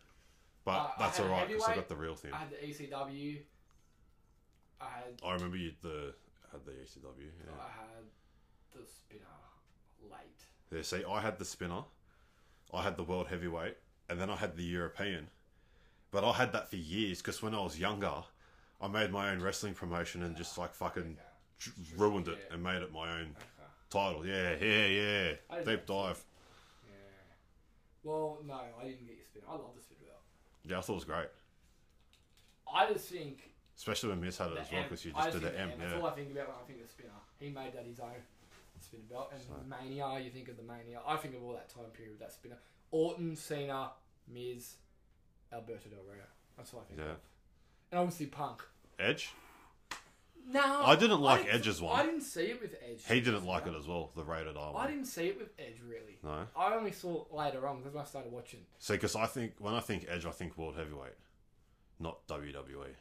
Speaker 2: but
Speaker 1: Uh, I
Speaker 2: that's
Speaker 1: had
Speaker 2: all
Speaker 1: a
Speaker 2: right because I
Speaker 1: heavyweight.
Speaker 2: got the real thing.
Speaker 1: I had the ECW. I had
Speaker 2: I remember you the had the ECW. Yeah.
Speaker 1: I had the spinner late.
Speaker 2: yeah, see, I had the spinner, I had the world heavyweight, and then I had the European. But I had that for years because when I was younger, I made my own wrestling promotion and just like fucking j- ruined it
Speaker 1: Yeah.
Speaker 2: and made it my own title. Yeah, yeah, yeah.
Speaker 1: I didn't
Speaker 2: Deep dive.
Speaker 1: Yeah. Well, no, I didn't get your spinner. I love the spinner belt.
Speaker 2: Yeah, I thought it was great,
Speaker 1: I just think
Speaker 2: especially when Miz had it
Speaker 1: the
Speaker 2: as well
Speaker 1: M-
Speaker 2: because you
Speaker 1: I
Speaker 2: just did
Speaker 1: think
Speaker 2: the M.
Speaker 1: That's
Speaker 2: Yeah.
Speaker 1: all I think about when I think of spinner. He made that his own spinner belt. And Mania, you think of the Mania. I think of all that time period with that spinner. Orton, Cena, Miz, Alberto Del Rio. That's all I think
Speaker 2: Yeah.
Speaker 1: of. And obviously Punk.
Speaker 2: Edge.
Speaker 1: No,
Speaker 2: I didn't like
Speaker 1: didn't-
Speaker 2: Edge's one.
Speaker 1: I didn't see it with Edge.
Speaker 2: He didn't like it as well, the rated R
Speaker 1: I
Speaker 2: one.
Speaker 1: didn't see it with Edge really.
Speaker 2: No.
Speaker 1: I only saw it later on because I started watching.
Speaker 2: See, because I think, when I think Edge, I think World Heavyweight, not E. WWE.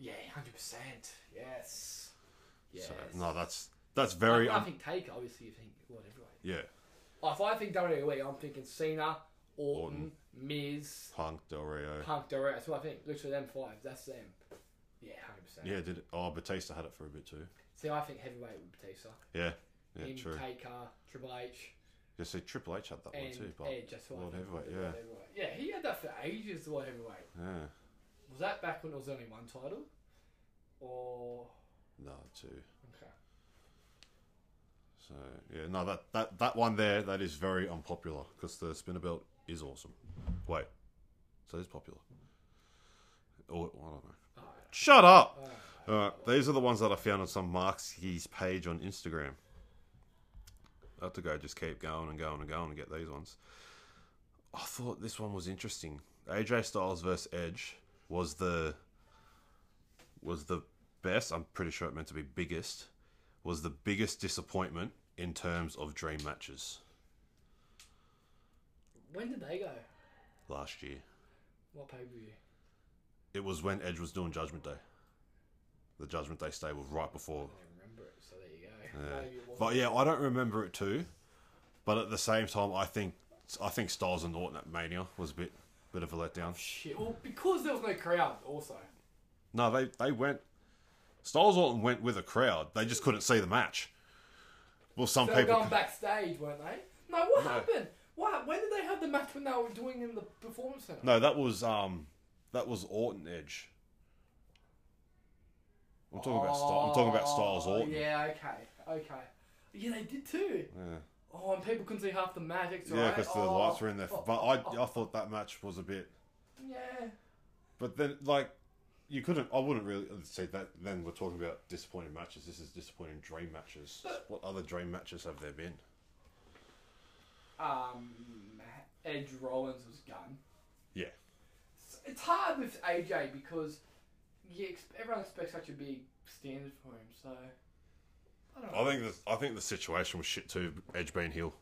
Speaker 1: Yeah, hundred percent. Yes. Yes.
Speaker 2: So, no, that's that's very.
Speaker 1: I, I
Speaker 2: un-
Speaker 1: think Taker. Obviously, you think whatever. way.
Speaker 2: yeah.
Speaker 1: If I think WWE, I'm thinking Cena, Orton, Miz,
Speaker 2: Punk, Del Rio.
Speaker 1: Punk, Del Rio. That's what I think. Literally, them five. That's them. Yeah, hundred percent.
Speaker 2: Yeah, did it. Oh, Batista had it for a bit too.
Speaker 1: See, I think heavyweight with Batista,
Speaker 2: Yeah. Yeah,
Speaker 1: him,
Speaker 2: true.
Speaker 1: Taker, Triple H,
Speaker 2: Yeah, see, Triple H had that
Speaker 1: and
Speaker 2: one too, but
Speaker 1: Edge. That's what
Speaker 2: World
Speaker 1: I think
Speaker 2: Heavyweight,
Speaker 1: with
Speaker 2: yeah.
Speaker 1: World Heavyweight. Yeah, he had that for ages. The World Heavyweight.
Speaker 2: Yeah.
Speaker 1: Was that back when there was only one title? Or
Speaker 2: No, too.
Speaker 1: okay.
Speaker 2: So, yeah, no, that, that, that one there, that is very unpopular because the spinner belt is awesome. Wait. So it's popular. Or, I don't know.
Speaker 1: Alright.
Speaker 2: Shut up! Alright, these are the ones that I found on some Marksy's page on Instagram. I have to go just keep going and going and going and get these ones. I thought this one was interesting. AJ Styles versus Edge was the was the best. I'm pretty sure it meant to be biggest. Was the biggest disappointment in terms of dream matches
Speaker 1: When did they go?
Speaker 2: last year.
Speaker 1: What pay per view?
Speaker 2: It was when Edge was doing Judgment Day. The Judgment Day stay was right before
Speaker 1: I don't remember it, so there you go.
Speaker 2: Yeah.
Speaker 1: Maybe it wasn't.
Speaker 2: But yeah, I don't remember it too. But at the same time, I think I think Styles and Orton at Mania was a bit bit of a letdown.
Speaker 1: Shit. Well, because there was no crowd, also.
Speaker 2: No, they they went. Styles Orton went with a crowd. They just couldn't see the match. Well, some
Speaker 1: They were
Speaker 2: people.
Speaker 1: going backstage, weren't they? No, what happened? What? When did they have the match when they were doing in the performance center?
Speaker 2: No, that was um, that was Orton Edge. I'm talking about Styles. I'm talking about Styles
Speaker 1: Oh,
Speaker 2: Orton.
Speaker 1: Yeah. Okay. Okay. Yeah, they did too.
Speaker 2: Yeah.
Speaker 1: Oh, and people couldn't see half the Oh. magic.
Speaker 2: Yeah, because the lights were in there. But I, I thought that match was a bit.
Speaker 1: oh, Yeah.
Speaker 2: But then, like, you couldn't. I wouldn't really say that. Then we're talking about disappointing matches. This is disappointing dream matches. What other dream matches have there been?
Speaker 1: Um, Edge Rollins was gone.
Speaker 2: Yeah,
Speaker 1: it's hard with AJ because you ex- everyone expects such a big standard for him. So I don't know.
Speaker 2: I think the I think the situation was shit too. Edge being heel,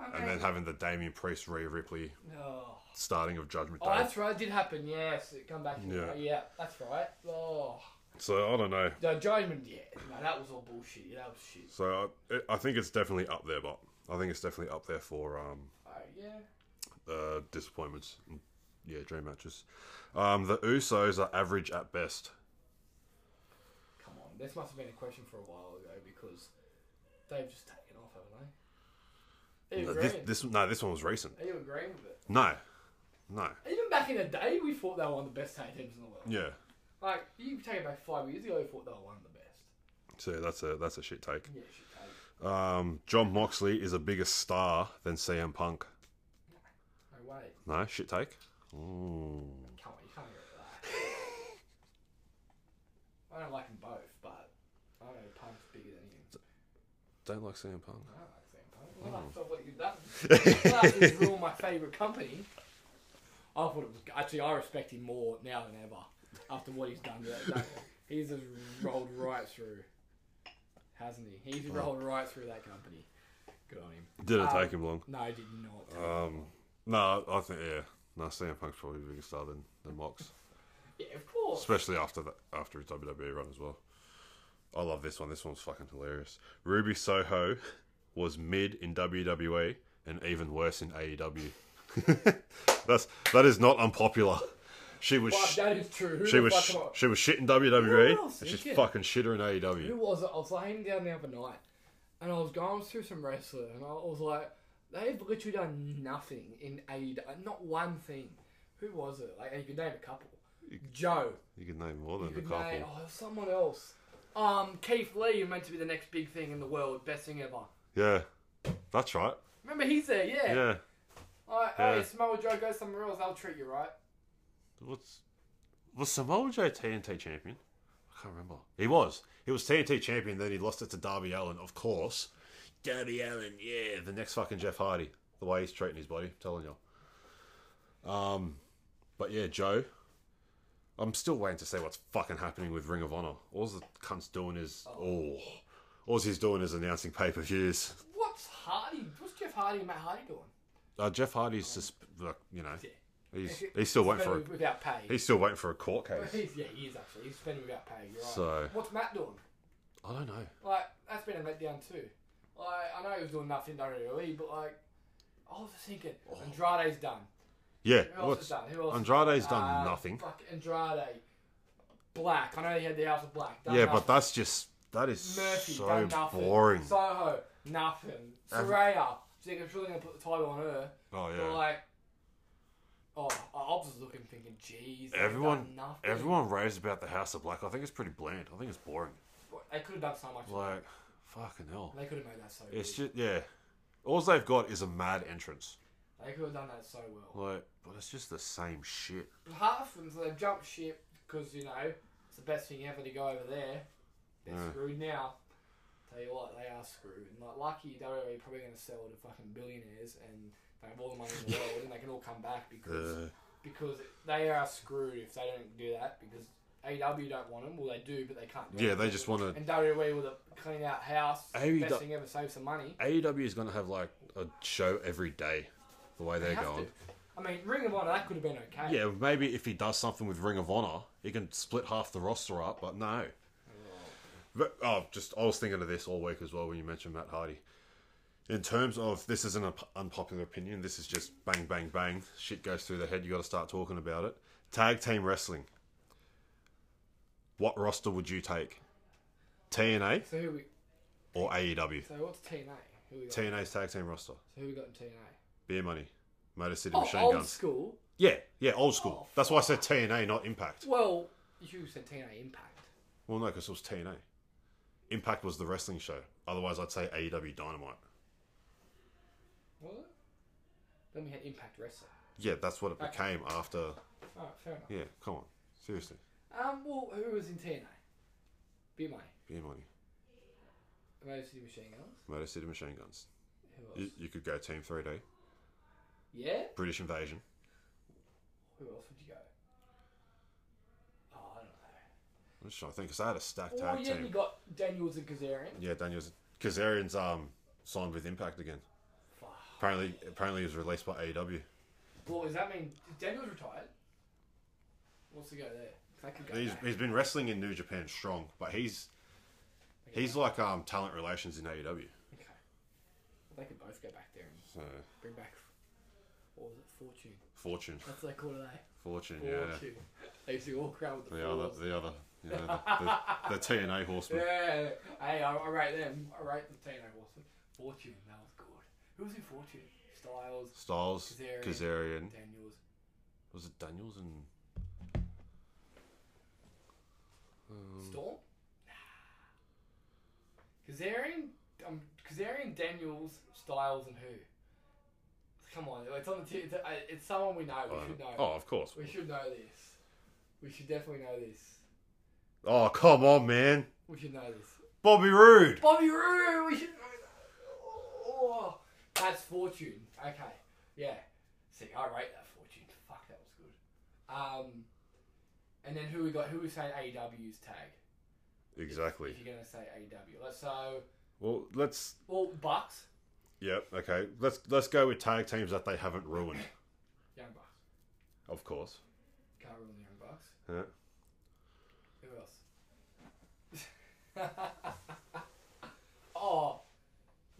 Speaker 1: I
Speaker 2: and then
Speaker 1: mean,
Speaker 2: having the Damian Priest Rhea Ripley
Speaker 1: oh.
Speaker 2: starting of Judgment Day.
Speaker 1: oh, that's right. It did happen. Yes, it come back. Yeah,
Speaker 2: Yeah.
Speaker 1: yeah that's right. Oh,
Speaker 2: So I don't know.
Speaker 1: The Judgment, yeah, no, that was all bullshit. Yeah, that was shit.
Speaker 2: So I, it, I think it's definitely up there, but I think it's definitely up there for um,
Speaker 1: Alright, yeah.
Speaker 2: uh, disappointments. and, Yeah, dream matches. Um, the Usos are average at best.
Speaker 1: Come on, this must have been a question for a while ago because they've just taken off, haven't they? Are you
Speaker 2: No,
Speaker 1: agreeing?
Speaker 2: Uh, this, this no, this one was recent.
Speaker 1: Are you agreeing with it?
Speaker 2: No, no.
Speaker 1: Even back in the day, we thought they were one of the best tag teams in the world.
Speaker 2: Yeah.
Speaker 1: Like, you take it back five years ago, we thought they were one of the best.
Speaker 2: So that's a that's a shit take.
Speaker 1: Yeah, shit, take.
Speaker 2: Um, John Moxley is a bigger star than CM Punk.
Speaker 1: No way.
Speaker 2: No, shit take. Ooh.
Speaker 1: Come on, you can't get rid of that. I don't like them both, but I know Punk's bigger than you.
Speaker 2: Don't like CM Punk.
Speaker 1: I don't like Sam Punk. Well, after what you've done, after you ruined my favourite company, I thought it was actually I respect him more now than ever after what he's done. To that, that- he's just rolled right through, hasn't he? He's rolled right through that company. Good on him.
Speaker 2: Didn't
Speaker 1: Um,
Speaker 2: take him long.
Speaker 1: No, he did not.
Speaker 2: Um, no, I think yeah. No, CM Punk's probably a bigger star than, than Mox,
Speaker 1: yeah, of course.
Speaker 2: especially after that after his WWE E run as well. I love this one. This one's fucking hilarious. Ruby Soho was mid in WWE and even worse in AEW. That's that is not unpopular. She was
Speaker 1: But
Speaker 2: sh-
Speaker 1: that is true. Who
Speaker 2: she
Speaker 1: the
Speaker 2: was
Speaker 1: fuck
Speaker 2: sh-
Speaker 1: am I-
Speaker 2: she was shit in WWE
Speaker 1: No, I was
Speaker 2: and she's
Speaker 1: thinking.
Speaker 2: fucking shitter in E AEW.
Speaker 1: Who was it? I was laying down the other night, and I was going through some wrestler, and I was like, they've literally done nothing in AEW, uh, not one thing. Who was it? Like, you could name a couple. Joe.
Speaker 2: You could name more
Speaker 1: You
Speaker 2: than a
Speaker 1: could
Speaker 2: couple.
Speaker 1: name oh, someone else. Um, Keith Lee, who meant to be the next big thing in the world, best thing ever.
Speaker 2: Yeah, that's right.
Speaker 1: Remember, he's there, yeah.
Speaker 2: Yeah,
Speaker 1: Like,
Speaker 2: Yeah.
Speaker 1: hey, Samoa Joe, go somewhere else. They'll treat you right.
Speaker 2: what's was Samoa Joe TNT champion? I can't remember. He was. He was TNT champion. Then he lost it to Darby Allen, of course. Darby Allen, yeah, the next fucking Jeff Hardy. The way he's treating his body, I'm telling you. Um, but yeah, Joe. I'm still waiting to see what's fucking happening with Ring of Honor. All the cunt's doing is oh, all he's doing is announcing pay per views.
Speaker 1: What's Hardy? What's Jeff Hardy and Matt Hardy doing?
Speaker 2: Uh, Jeff Hardy's just like you know,
Speaker 1: Yeah.
Speaker 2: he's he's still waiting for
Speaker 1: Spending
Speaker 2: it.
Speaker 1: without pay.
Speaker 2: He's still waiting for a court case.
Speaker 1: He's- yeah, he is actually. He's spending without pay. You're right.
Speaker 2: So-
Speaker 1: What's Matt doing?
Speaker 2: I don't know.
Speaker 1: Like, that's been a letdown too. Like, I know he was doing nothing WWE, but like, I was just thinking, Andrade's done. Who
Speaker 2: Yeah,
Speaker 1: else is
Speaker 2: Oh. what's,
Speaker 1: done? Who else?
Speaker 2: Andrade's done
Speaker 1: Uh,
Speaker 2: nothing.
Speaker 1: Fuck Andrade. Black. I know he had the House of Black. Done
Speaker 2: yeah,
Speaker 1: nothing.
Speaker 2: but that's just that is
Speaker 1: Murphy
Speaker 2: so
Speaker 1: done nothing.
Speaker 2: boring.
Speaker 1: Soho nothing. Soraya. So they're surely gonna put the title on her.
Speaker 2: Oh
Speaker 1: But
Speaker 2: yeah,
Speaker 1: like, oh, I I was just looking, thinking, jeez. they've done
Speaker 2: everyone
Speaker 1: nothing.
Speaker 2: everyone raves about the House of Black. I think it's pretty bland. I think it's boring.
Speaker 1: They could have done so much.
Speaker 2: Like fucking hell.
Speaker 1: they could have made that so.
Speaker 2: It's
Speaker 1: good.
Speaker 2: just yeah. All they've got is a mad entrance.
Speaker 1: They could have done that so well.
Speaker 2: Like, but it's just the same shit.
Speaker 1: half of them, so they've jumped ship because, you know, it's the best thing ever to go over there. They're
Speaker 2: Yeah.
Speaker 1: screwed now. Tell you what, they are screwed. And like, lucky WWE probably going to sell to fucking billionaires and they have all the money in the world and they can all come back because
Speaker 2: Uh,
Speaker 1: because they are screwed if they don't do that because AW don't want them. Well, they do, but they can't. Do
Speaker 2: yeah,
Speaker 1: it.
Speaker 2: they just want to.
Speaker 1: And E WWE will clean out house.
Speaker 2: AEW
Speaker 1: best thing ever, save some money.
Speaker 2: AEW E is going to have like a show every day, the way they're
Speaker 1: They have
Speaker 2: going.
Speaker 1: to. I mean, Ring of Honor that could have been okay.
Speaker 2: Yeah, maybe if he does something with Ring of Honor, he can split half the roster up, but no. But, oh, just I was thinking of this all week as well when you mentioned Matt Hardy. In terms of this is an up- unpopular opinion, this is just bang, bang, bang. Shit goes through the head. You got to start talking about it. Tag team wrestling. What roster would you take? TNA
Speaker 1: So who we?
Speaker 2: or E AEW?
Speaker 1: So what's TNA? Who we got?
Speaker 2: TNA's tag team roster.
Speaker 1: so who we got in TNA?
Speaker 2: Beer money. Motor City
Speaker 1: Oh,
Speaker 2: Machine
Speaker 1: old
Speaker 2: Guns.
Speaker 1: school. Oh,
Speaker 2: Yeah, yeah, old school. That's why I said TNA, not Impact.
Speaker 1: Well, you said TNA Impact.
Speaker 2: Well, no, because it was TNA. Impact was the wrestling show. Otherwise, I'd say AEW Dynamite.
Speaker 1: Was it? Then we had Impact Wrestling.
Speaker 2: Yeah, that's what it
Speaker 1: Okay.
Speaker 2: became after.
Speaker 1: Alright, fair enough.
Speaker 2: Yeah, come on, seriously,
Speaker 1: Um, well, who was in TNA? Be Money.
Speaker 2: beer money,
Speaker 1: Motor City Machine Guns.
Speaker 2: Motor City Machine Guns.
Speaker 1: Who
Speaker 2: You,
Speaker 1: else?
Speaker 2: you could go Team 3D,
Speaker 1: Yeah?
Speaker 2: British Invasion.
Speaker 1: Who else would you go? Oh, I don't
Speaker 2: I'm just trying to think because they had a stacked
Speaker 1: know. Well,
Speaker 2: tag
Speaker 1: yeah, you
Speaker 2: team.
Speaker 1: got Daniels and Kazarian.
Speaker 2: Yeah, Daniels Kazarian's um signed with Impact again.
Speaker 1: Fuck.
Speaker 2: Apparently, apparently he was released by E AEW.
Speaker 1: Well, does that mean is Daniels retired? What's the go there? That could go
Speaker 2: He's,
Speaker 1: back.
Speaker 2: he's been wrestling in New Japan strong, but he's he's like um talent relations in AEW.
Speaker 1: Okay. They could both go back there and
Speaker 2: So
Speaker 1: bring back. What was it? Fortune.
Speaker 2: fortune,
Speaker 1: That's what they call it, eh?
Speaker 2: fortune, yeah.
Speaker 1: Fortune. They used to walk around with the,
Speaker 2: The other,
Speaker 1: fours.
Speaker 2: the other, yeah, the, the, the TNA horseman.
Speaker 1: Yeah, hey, I, I rate them. I rate the Tino Watson. Fortune, that was good. Who was in Fortune? Styles,
Speaker 2: Styles,
Speaker 1: Kazarian.
Speaker 2: Kazarian.
Speaker 1: Daniels.
Speaker 2: Was it Daniels and Mm.
Speaker 1: Storm? Nah. Kazarian, um, Kazarian, Daniels, Styles, and who? Come on, it's on the. T- it's, uh, it's someone we know. We should know.
Speaker 2: Oh, of course.
Speaker 1: We should know this. We should definitely know this.
Speaker 2: Oh, come on, man.
Speaker 1: We should know this.
Speaker 2: Bobby Roode.
Speaker 1: Bobby Roode. We should. Oh, that's fortune. Okay, yeah. See, I rate that fortune. Fuck, that was good. Um, and then who we got? Who we saying AEW's tag?
Speaker 2: Exactly.
Speaker 1: If you're gonna say AEW, let's so
Speaker 2: Well, let's.
Speaker 1: well Bucks,
Speaker 2: Yep. Okay. Let's let's go with tag teams that they haven't ruined.
Speaker 1: Young Bucks.
Speaker 2: Of course.
Speaker 1: Can't ruin the Young Bucks.
Speaker 2: Yeah.
Speaker 1: Who else? oh,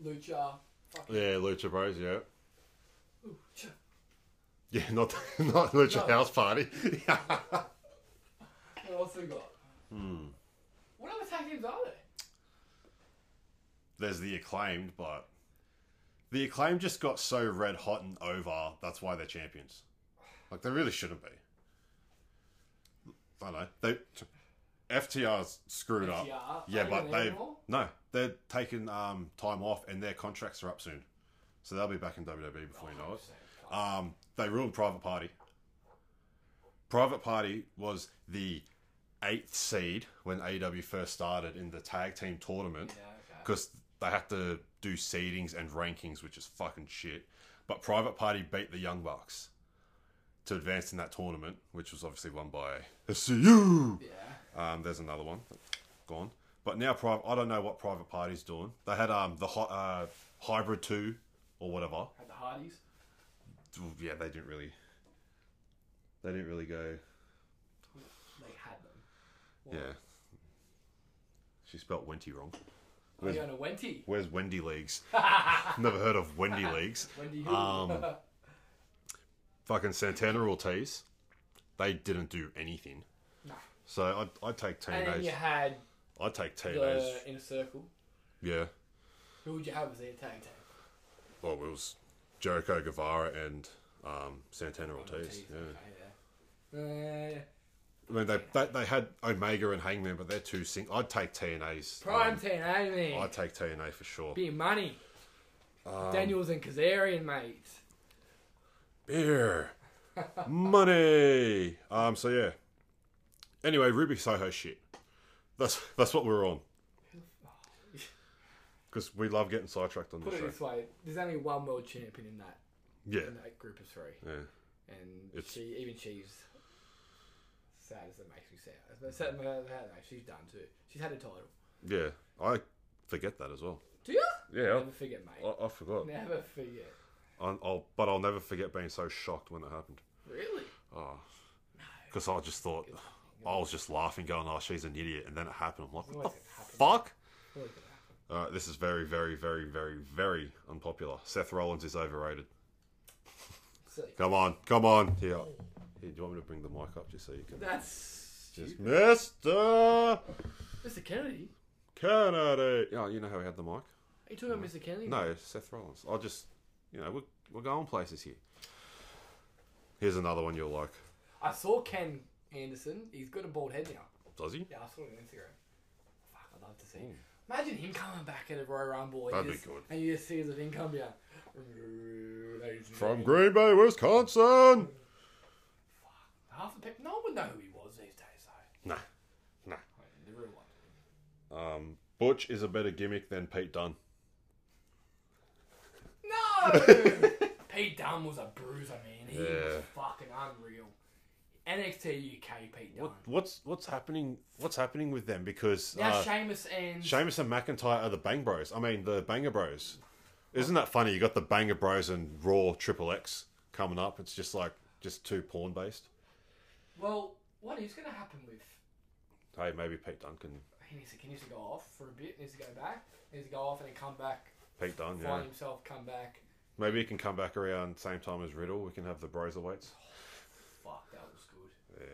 Speaker 1: Lucha. Fucking
Speaker 2: Yeah, Lucha Bros. Yeah.
Speaker 1: Lucha.
Speaker 2: Yeah, not not Lucha
Speaker 1: No.
Speaker 2: House Party.
Speaker 1: What else we got?
Speaker 2: Hmm.
Speaker 1: What other tag teams are there?
Speaker 2: There's the acclaimed, but the acclaimed just got so red hot and over. That's why they're champions. Like they really shouldn't be. I know they. FTR's screwed
Speaker 1: FTR?
Speaker 2: up. Oh, Yeah,
Speaker 1: Are they
Speaker 2: but
Speaker 1: there
Speaker 2: they
Speaker 1: anymore?
Speaker 2: no, they're taking um, time off, and their contracts are up soon, so they'll be back in WWE before you know it. Um, they ruined Private Party. Private Party was the eighth seed when AEW first started in the tag team tournament
Speaker 1: Yeah, okay.
Speaker 2: because they had to do seedings and rankings, which is fucking shit. But Private Party beat the Young Bucks to advance in that tournament, which was obviously won by SCU.
Speaker 1: Yeah.
Speaker 2: Um, there's another one gone, but now private. I don't know what Private Party's doing. They had um the hi- uh, hybrid two or whatever.
Speaker 1: Had the Hardys.
Speaker 2: Yeah, they didn't really. They didn't really go.
Speaker 1: They had them.
Speaker 2: Yeah. She spelt Wenty wrong.
Speaker 1: Are you going to Wenty?
Speaker 2: Where's Wendy Leagues? Never heard of Wendy Leagues.
Speaker 1: Wendy who?
Speaker 2: Um, Fucking Santana Ortiz. They didn't do anything.
Speaker 1: no.
Speaker 2: So I'd, I'd take
Speaker 1: And then
Speaker 2: Tino's.
Speaker 1: you had
Speaker 2: I'd take Tino's.
Speaker 1: the Inner Circle.
Speaker 2: Yeah.
Speaker 1: Who would you have as their tag team?
Speaker 2: Well, it was Jericho Guevara and um, Santana Ortiz.
Speaker 1: Jeez,
Speaker 2: Yeah.
Speaker 1: Okay, yeah. Uh,
Speaker 2: I mean, they, they they had Omega and Hangman, but they're too sing. I'd take TNA's.
Speaker 1: prime
Speaker 2: Um,
Speaker 1: team, I mean.
Speaker 2: I'd take TNA for sure.
Speaker 1: Be money.
Speaker 2: Um,
Speaker 1: Daniels and Kazarian, mate.
Speaker 2: Beer. Money. Um, so yeah. Anyway, Ruby Soho shit. That's that's what we're on. Because we love getting sidetracked on the
Speaker 1: Put it
Speaker 2: show.
Speaker 1: this way: there's only one world champion in that
Speaker 2: Yeah.
Speaker 1: in that group of three,
Speaker 2: Yeah.
Speaker 1: and
Speaker 2: It's-
Speaker 1: she even she's sad as it makes me sad. But sad, but, uh, no, she's done too. She's had a title.
Speaker 2: Yeah. I forget that as well.
Speaker 1: Do you?
Speaker 2: Yeah.
Speaker 1: Never forget, mate.
Speaker 2: I, I forgot.
Speaker 1: Never forget.
Speaker 2: I'll, I'll, but I'll never forget being so shocked when it happened.
Speaker 1: Really?
Speaker 2: Because I just thought, I was just laughing, going, oh, she's an idiot. And then it happened. I'm like, what
Speaker 1: always
Speaker 2: the
Speaker 1: gonna happen.
Speaker 2: fuck?
Speaker 1: What is gonna happen?
Speaker 2: All right, this is very, very, very, very, very unpopular. Seth Rollins is overrated.
Speaker 1: So,
Speaker 2: Come on, come on. Here, here do you want me to bring the mic up just so you can.
Speaker 1: that's
Speaker 2: Just
Speaker 1: stupid.
Speaker 2: Mr.
Speaker 1: Mr. Kennedy.
Speaker 2: Kennedy. Oh, you know how we had the mic?
Speaker 1: Are you talking about Mr. Kennedy?
Speaker 2: No, Seth Rollins. I'll just, you know, we're, we're going places here. Here's another one you'll like.
Speaker 1: I saw Ken Anderson. He's got a bald head now.
Speaker 2: Does he?
Speaker 1: Yeah, I saw it on Instagram. Fuck, I'd love to see. Imagine him coming back at a Royal Rumble. and
Speaker 2: Hmm. That'd
Speaker 1: you
Speaker 2: be
Speaker 1: just-
Speaker 2: good.
Speaker 1: And you just see his thing come down. Ladies and gentlemen.
Speaker 2: From Green Bay, Wisconsin.
Speaker 1: Half the people, no one would know who he was these days, though.
Speaker 2: Nah, nah.
Speaker 1: I mean, the real one.
Speaker 2: Um, Butch is a better gimmick than Pete Dunne.
Speaker 1: No! Pete Dunne was a bruiser, man. He
Speaker 2: Yeah.
Speaker 1: was fucking unreal. NXT UK Pete Dunne.
Speaker 2: What, what's what's happening? What's happening with them? Because
Speaker 1: Now
Speaker 2: uh,
Speaker 1: Sheamus and
Speaker 2: Sheamus and McIntyre are the Bang Bros. I mean, the Banger Bros. Isn't that funny? You got the Banger Bros and Raw Triple X coming up. It's just like just too porn based.
Speaker 1: well, what is going to happen with?
Speaker 2: Hey, maybe Pete Duncan.
Speaker 1: He needs to he needs to go off for a bit. Needs to go back. Needs to go off and then come back.
Speaker 2: Pete Dunn,
Speaker 1: Find
Speaker 2: yeah.
Speaker 1: himself. Come back.
Speaker 2: Maybe he can come back around same time as Riddle. We can have the Broserweights.
Speaker 1: Fuck, that was good.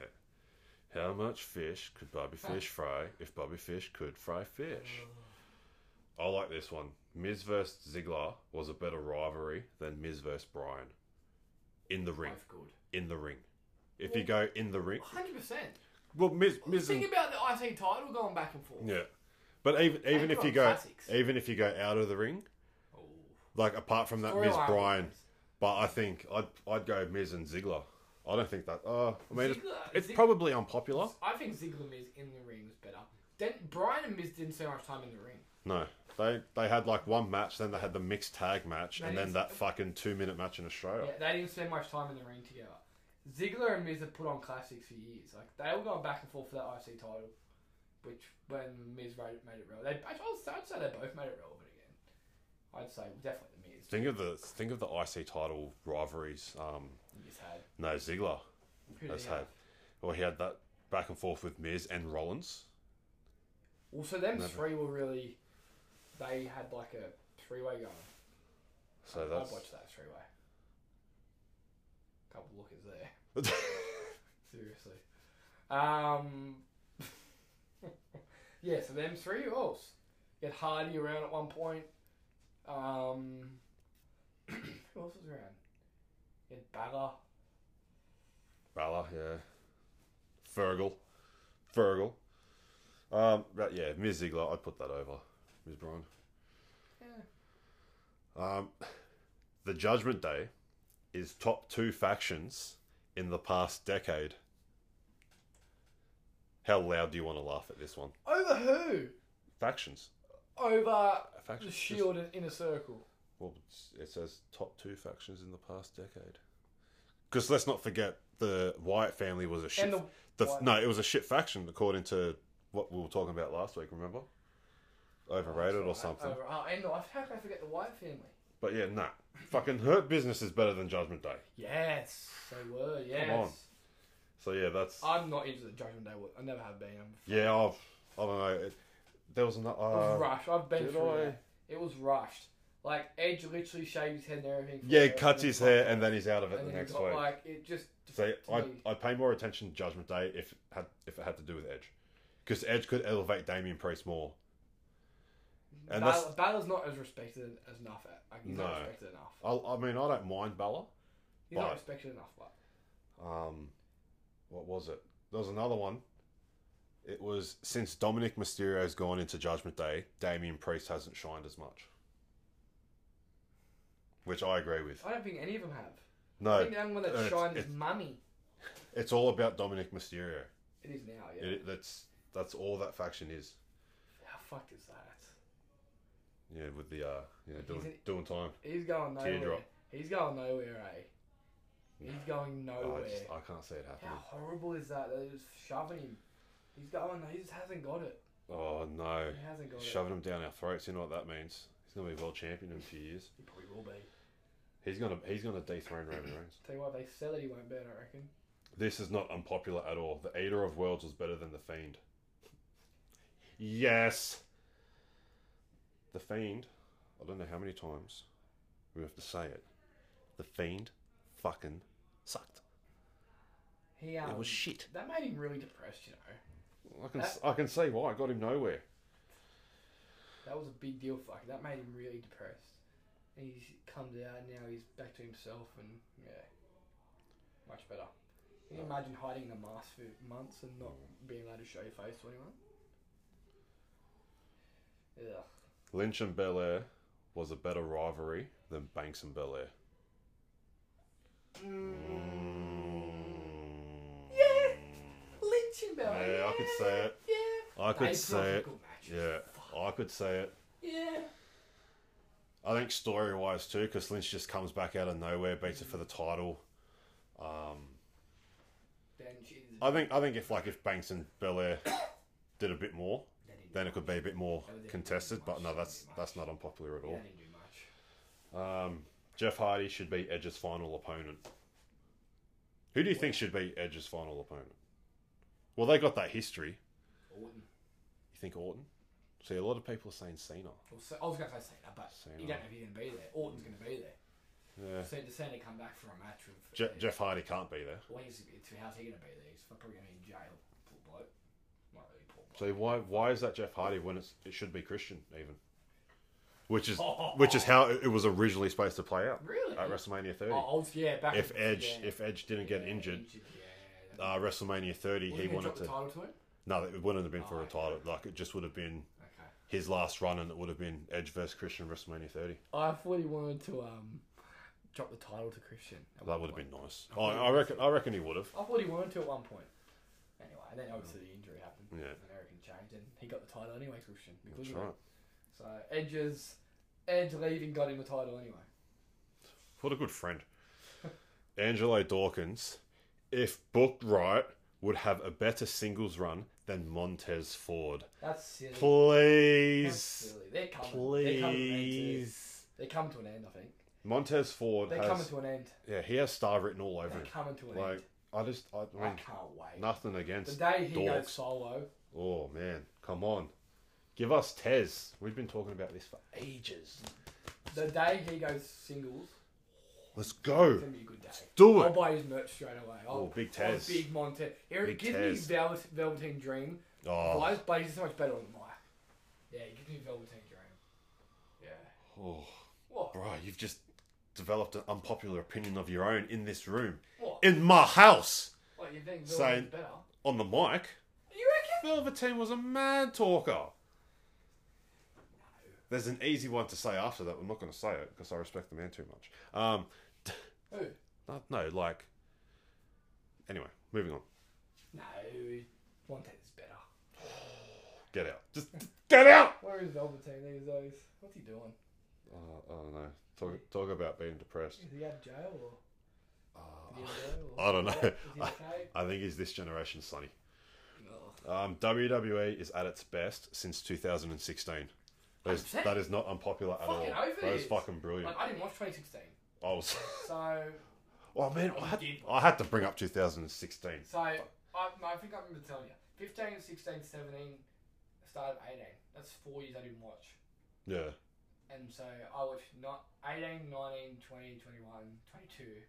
Speaker 2: Yeah. How much fish could Bobby Fish fry if Bobby Fish could fry fish? I like this one. Miz versus Ziggler was a better rivalry than Miz versus Bryan. In the ring.
Speaker 1: Both good.
Speaker 2: In the ring. If you go in the ring.
Speaker 1: Hundred percent.
Speaker 2: Well, Miz, Miz and
Speaker 1: Think about the IC title going back and forth.
Speaker 2: Yeah, but even even if
Speaker 1: got
Speaker 2: you go
Speaker 1: classics.
Speaker 2: even if you go out of the ring,
Speaker 1: Oh.
Speaker 2: like apart from that
Speaker 1: Storyline
Speaker 2: Miz Bryan,
Speaker 1: wise.
Speaker 2: but I think I'd I'd go Miz and Ziggler. I don't think that. Oh, I mean, it's,
Speaker 1: Ziggler-
Speaker 2: it's
Speaker 1: Zig-
Speaker 2: probably unpopular.
Speaker 1: I think Ziggler and Miz in the ring was better. Then Brian and Miz didn't spend much time in the ring.
Speaker 2: No, they they had like one match, then they had the mixed tag match,
Speaker 1: That
Speaker 2: and then
Speaker 1: is-
Speaker 2: that fucking two minute match in Australia.
Speaker 1: Yeah, they didn't spend much time in the ring together. Ziggler and Miz have put on classics for years. Like they were going back and forth for that IC title, which when Miz made it, made it relevant, they, I'd I'd say they both made it relevant again. I'd say definitely the Miz.
Speaker 2: Think of the think of the IC title rivalries. Um,
Speaker 1: Miz had.
Speaker 2: no Ziggler
Speaker 1: Who did
Speaker 2: has
Speaker 1: he
Speaker 2: had.
Speaker 1: have?
Speaker 2: Well, he had that back and forth with Miz and Rollins.
Speaker 1: Well, so them
Speaker 2: Never.
Speaker 1: three were really. They had like a three way going.
Speaker 2: So
Speaker 1: I'd
Speaker 2: that's
Speaker 1: watch that three way. Couple lookers there. Seriously. Um. yeah, so them three. Who else? You had Hardy around at one point. Um. who else was around? You had Balor.
Speaker 2: Balor, yeah. Fergal. Fergal. Um, but yeah, Miz Ziggler, I'd put that over. Miz Bryan.
Speaker 1: Yeah.
Speaker 2: Um, the Judgment Day is top two factions in the past decade. How loud do you want to laugh at this one?
Speaker 1: Over who?
Speaker 2: Factions.
Speaker 1: Over the
Speaker 2: Factions.
Speaker 1: Shield and Inner Circle.
Speaker 2: Well, it's- it says top two factions in the past decade. Because let's not forget the Wyatt family was a shit.
Speaker 1: And the
Speaker 2: the
Speaker 1: Wyatt-
Speaker 2: no, it was a shit faction according to what we were talking about last week. Remember, overrated or something.
Speaker 1: Over, oh, and I, how can I forget the Wyatt family?
Speaker 2: But yeah, nah. Fucking hurt business is better than Judgment Day.
Speaker 1: Yes, they were. Yes.
Speaker 2: on. So yeah, that's
Speaker 1: I'm not into the Judgment Day. I never have been. I'm
Speaker 2: yeah. I've, I don't know. It, there was another.
Speaker 1: It was
Speaker 2: Uh,
Speaker 1: rushed. I've been
Speaker 2: did
Speaker 1: through
Speaker 2: I?
Speaker 1: that. It was rushed. Like Edge literally shaved his head and everything. for
Speaker 2: yeah,
Speaker 1: it,
Speaker 2: cuts
Speaker 1: and
Speaker 2: his
Speaker 1: then-
Speaker 2: hair and then he's out of it
Speaker 1: and
Speaker 2: the
Speaker 1: then he
Speaker 2: next
Speaker 1: got,
Speaker 2: week.
Speaker 1: Like it just.
Speaker 2: so
Speaker 1: to
Speaker 2: I
Speaker 1: me-
Speaker 2: I pay more attention to Judgment Day if it had if it had to do with Edge, because Edge could elevate Damian Priest more. and
Speaker 1: Bal-
Speaker 2: that's-
Speaker 1: Balor's not as respected as enough. At, like, he's
Speaker 2: No.
Speaker 1: not respected enough.
Speaker 2: I, I mean, I don't mind Balor.
Speaker 1: He's not
Speaker 2: But-
Speaker 1: respected enough, but
Speaker 2: um, what was it? There was another one. It was since Dominic Mysterio's gone into Judgment Day, Damian Priest hasn't shined as much, which I agree with.
Speaker 1: I don't think any of them have. I
Speaker 2: No,
Speaker 1: think the only one that
Speaker 2: it's-
Speaker 1: shined is
Speaker 2: it's-
Speaker 1: Mummy.
Speaker 2: it's all about Dominic Mysterio.
Speaker 1: It is now, yeah.
Speaker 2: It, that's that's all that faction is.
Speaker 1: How fucked is that?
Speaker 2: Yeah, with the uh, yeah, doing
Speaker 1: He's an-
Speaker 2: doing time.
Speaker 1: He's going nowhere.
Speaker 2: Teardrop.
Speaker 1: He's going nowhere, eh? He's going
Speaker 2: I
Speaker 1: nowhere.
Speaker 2: just I can't see it happening.
Speaker 1: How horrible is that? They're just shoving him. He's going. He just hasn't got it.
Speaker 2: Oh no,
Speaker 1: He hasn't got it.
Speaker 2: shoving him down our throats. You know what that means? He's gonna be world champion in a few years.
Speaker 1: He probably will be.
Speaker 2: He's gonna he's gonna dethrone Roman Reigns.
Speaker 1: Tell you what, they sell it, he won't bet, I reckon.
Speaker 2: This is not unpopular at all. The Eater of Worlds was better than The Fiend. Yes! The Fiend, I don't know how many times we have to say it. The Fiend fucking sucked.
Speaker 1: He, um,
Speaker 2: It was shit.
Speaker 1: That made him really depressed, you know.
Speaker 2: I can, I can see why. I got him nowhere.
Speaker 1: That was a big deal, fuck. That made him really depressed. And he's comes out now, he's back to himself, and yeah. Much better. Can you
Speaker 2: Uh,
Speaker 1: imagine hiding in a mask for months and not being able to show your face to anyone? Yeah.
Speaker 2: Lynch and Belair was a better rivalry than Banks and Belair.
Speaker 1: Yeah! Lynch and Bell.
Speaker 2: Yeah, I could say it.
Speaker 1: Yeah. They
Speaker 2: I could
Speaker 1: put on
Speaker 2: say it.
Speaker 1: good matches.
Speaker 2: Yeah, I could say it.
Speaker 1: Yeah.
Speaker 2: I think story wise too, because Lynch just comes back out of nowhere, beats it for the title.
Speaker 1: Then she's.
Speaker 2: I think I think if like if Banks and Belair did a bit more,
Speaker 1: They didn't
Speaker 2: then it could be a bit more contested. But no, that's that's not unpopular at
Speaker 1: They
Speaker 2: all.
Speaker 1: didn't do much.
Speaker 2: Um, Jeff Hardy should be Edge's final opponent. Who do you think should be Edge's final opponent? Well, they got that history.
Speaker 1: Orton.
Speaker 2: You think Orton? See, a lot of people are saying Cena.
Speaker 1: Well, Se- I was going to say Cena, but
Speaker 2: Cena.
Speaker 1: you don't know if he's going to be there. Orton's going to be there.
Speaker 2: Yeah.
Speaker 1: So does Cena come back for a match with?
Speaker 2: Je- Jeff Hardy can't be there.
Speaker 1: Well, he's, it's- how's he going to be there? He's probably going to be in jail. Poor bloke. Not really poor bloke.
Speaker 2: So why why is that Jeff Hardy when it's it should be Christian even? Which is which is how it it was originally supposed to play out
Speaker 1: Really?
Speaker 2: at WrestMania 30.
Speaker 1: Oh, old- yeah, back
Speaker 2: If
Speaker 1: in-
Speaker 2: Edge
Speaker 1: yeah.
Speaker 2: if Edge didn't get injured,
Speaker 1: yeah.
Speaker 2: uh, WrestMania 30
Speaker 1: Wasn't
Speaker 2: he
Speaker 1: gonna
Speaker 2: wanted
Speaker 1: drop
Speaker 2: to
Speaker 1: the title to him.
Speaker 2: no it wouldn't have been for
Speaker 1: Oh,
Speaker 2: a title like it just would have been
Speaker 1: Okay.
Speaker 2: his last run and it would have been Edge versus Christian WrestMania 30.
Speaker 1: I thought he wanted to um drop the title to Christian. at
Speaker 2: That
Speaker 1: one
Speaker 2: would have
Speaker 1: point.
Speaker 2: been nice. I, I reckon I reckon he would have.
Speaker 1: I thought he wanted to at one point. Anyway, and then obviously the injury happened.
Speaker 2: Yeah.
Speaker 1: And everything changed, and he got the title anyway, Christian. because
Speaker 2: That's
Speaker 1: of it.
Speaker 2: right.
Speaker 1: So Edge's Edge leaving got him the title anyway.
Speaker 2: What a good friend. Angelo Dawkins, if booked right, would have a better singles run than Montez Ford.
Speaker 1: That's silly. That's
Speaker 2: Please.
Speaker 1: silly. They're coming. They're coming to an end. too.
Speaker 2: Please.
Speaker 1: They come to an end, I think.
Speaker 2: Montez Ford
Speaker 1: They're coming
Speaker 2: has
Speaker 1: to an end.
Speaker 2: yeah, he has star written all over
Speaker 1: They're
Speaker 2: him.
Speaker 1: coming to an end.
Speaker 2: Like I just I
Speaker 1: I
Speaker 2: mean
Speaker 1: can't wait.
Speaker 2: nothing
Speaker 1: the
Speaker 2: against
Speaker 1: day he goes
Speaker 2: Dawkins.
Speaker 1: solo,
Speaker 2: Oh man, come on. Give us Tez. We've been talking about this for ages.
Speaker 1: the day he goes singles,
Speaker 2: Let's
Speaker 1: it's
Speaker 2: go.
Speaker 1: gonna be a good day.
Speaker 2: do
Speaker 1: I'll
Speaker 2: it.
Speaker 1: buy his merch straight away. I'll,
Speaker 2: Oh, Big
Speaker 1: I'll
Speaker 2: Tez.
Speaker 1: big Montez. Here,
Speaker 2: Big
Speaker 1: give
Speaker 2: Tez.
Speaker 1: me Velvet, Velveteen Dream.
Speaker 2: Oh,
Speaker 1: Guys, but he's so much better than Mike. Yeah, give me Velveteen Dream. Yeah.
Speaker 2: oh.
Speaker 1: What?
Speaker 2: Bro, you've just developed an unpopular opinion of your own in this room.
Speaker 1: What?
Speaker 2: In my house!
Speaker 1: What you think
Speaker 2: So-
Speaker 1: Velveteen's better?
Speaker 2: On the mic.
Speaker 1: You reckon?
Speaker 2: Velveteen was a mad talker. There's an easy one to say after that. I'm not going to say it because I respect the man too much. Um,
Speaker 1: Who?
Speaker 2: no, no, like. Anyway, moving on.
Speaker 1: No, Montez is better.
Speaker 2: Get out. Just get out!
Speaker 1: Where is Velveteen these days? What's he doing?
Speaker 2: Uh, I don't know. Talk, talk about being depressed.
Speaker 1: Is he out of jail or? Is he in jail or-
Speaker 2: Uh, I don't know.
Speaker 1: Is he
Speaker 2: I,
Speaker 1: okay?
Speaker 2: I think he's this generation's Sonny.
Speaker 1: Ugh.
Speaker 2: Um, WWE is at its best since 2016. That is,
Speaker 1: 100%.
Speaker 2: that is not unpopular at
Speaker 1: Fucking
Speaker 2: all.
Speaker 1: over
Speaker 2: That is
Speaker 1: it.
Speaker 2: fucking brilliant.
Speaker 1: Like, I didn't watch 2016.
Speaker 2: I was.
Speaker 1: So,
Speaker 2: Oh man, I had,
Speaker 1: did.
Speaker 2: I had to bring up 2016.
Speaker 1: so I, no, I think I remember telling you. 15, 16, 17, started 18. That's four years I didn't watch.
Speaker 2: Yeah,
Speaker 1: And so I watched not 18, 19, 20, 21, 22,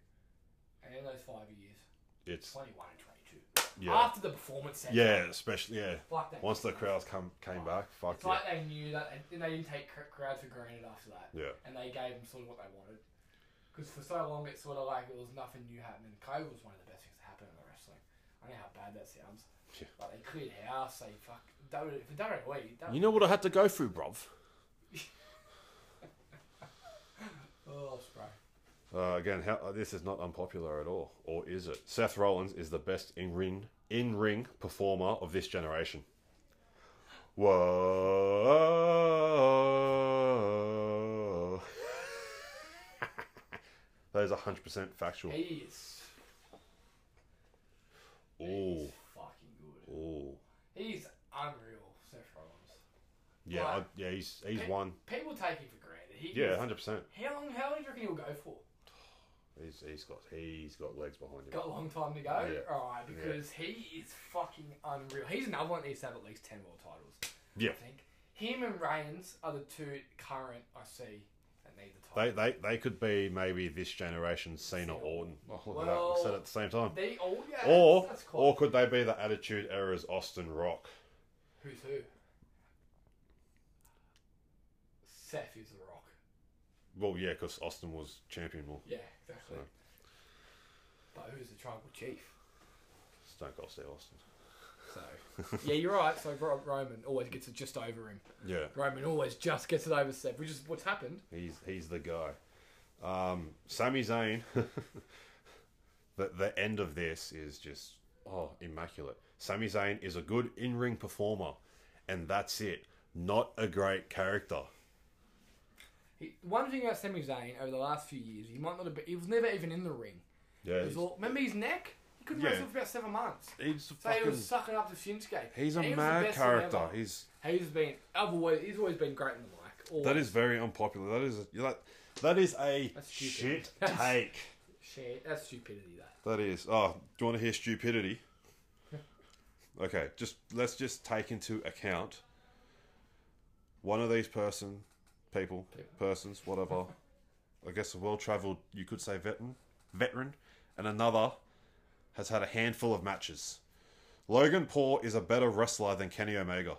Speaker 1: and then those five years,
Speaker 2: it's
Speaker 1: 21 and 22.
Speaker 2: yeah,
Speaker 1: After the performance center.
Speaker 2: yeah, especially yeah.
Speaker 1: Fuck that.
Speaker 2: Once the crowds come came back, fuck
Speaker 1: It's
Speaker 2: yeah,
Speaker 1: like they knew that, and they didn't take cr- crowds for granted after that.
Speaker 2: yeah,
Speaker 1: and they gave them sort of what they wanted. Because for so long, it's sort of like it was nothing new happening. COVID was one of the best things that happened in the wrestling. I know how bad that sounds.
Speaker 2: Yeah.
Speaker 1: Like they cleared house, they fuck. They were, if they don't wait, E, that
Speaker 2: You know what I had to go through, bruv?
Speaker 1: oh, spray.
Speaker 2: Uh, again, how, uh, this is not unpopular at all, or is it? Seth Rollins is the best in ring in ring performer of this generation. Whoa! that is hundred percent factual.
Speaker 1: He is.
Speaker 2: Ooh,
Speaker 1: He's fucking good.
Speaker 2: ooh,
Speaker 1: He's unreal, Seth Rollins.
Speaker 2: yeah, I,
Speaker 1: Right.
Speaker 2: yeah. He's he's
Speaker 1: Pe-
Speaker 2: one.
Speaker 1: People take him for granted. He
Speaker 2: Yeah,
Speaker 1: is-
Speaker 2: hundred percent.
Speaker 1: How long? How long do you reckon he'll go for?
Speaker 2: He's he's got he's got legs behind him.
Speaker 1: Got a long time to go.
Speaker 2: Yeah.
Speaker 1: All right, because he is fucking unreal. He's another one that needs to have at least ten world titles.
Speaker 2: Yeah,
Speaker 1: I think him and Reigns are the two current I see that need the
Speaker 2: they
Speaker 1: title.
Speaker 2: they they could be maybe this generation's Cena Orton. Oh, look at that.
Speaker 1: Well,
Speaker 2: We said it at the same time.
Speaker 1: They, all yeah,
Speaker 2: Or,
Speaker 1: that's, that's quite.
Speaker 2: or could they be the Attitude Era's Austin Rock?
Speaker 1: who's who? Seth is the Rock.
Speaker 2: Well, yeah, because Austin was champion. Well,
Speaker 1: Yeah, exactly.
Speaker 2: So-
Speaker 1: But who's the Tribal Chief?
Speaker 2: Stone Cold Steve Austin.
Speaker 1: So yeah, you're right. So Ro- Roman always gets it just over him.
Speaker 2: Yeah,
Speaker 1: Roman always just gets it over Seth, which is what's happened.
Speaker 2: he's he's the guy. Um, Sami Zayn. the the end of this is just oh immaculate. Sami Zayn is a good in ring performer, and that's it. Not a great character.
Speaker 1: He, one thing about Sami Zayn over the last few years, he might not have been. He was never even in the ring.
Speaker 2: Yeah,
Speaker 1: It was
Speaker 2: he's,
Speaker 1: all, remember his neck? He couldn't
Speaker 2: Yeah.
Speaker 1: wrestle for about seven months.
Speaker 2: he's a
Speaker 1: So he
Speaker 2: fucking.
Speaker 1: was sucking up to Shinsuke.
Speaker 2: He's a
Speaker 1: He was the
Speaker 2: mad
Speaker 1: best thing
Speaker 2: character.
Speaker 1: ever.
Speaker 2: He's
Speaker 1: He's been. I've always. He's always been great in the mic. Always.
Speaker 2: that is very unpopular. That is a, that, that is a
Speaker 1: That's stupid.
Speaker 2: shit take.
Speaker 1: shit. That's stupidity. That.
Speaker 2: That is. Oh, do you want to hear stupidity? Okay, just let's just take into account one of these person, people,
Speaker 1: People.
Speaker 2: persons, whatever. I guess a well-traveled, you could say veteran, veteran, and another has had a handful of matches. Logan Paul is a better wrestler than Kenny Omega.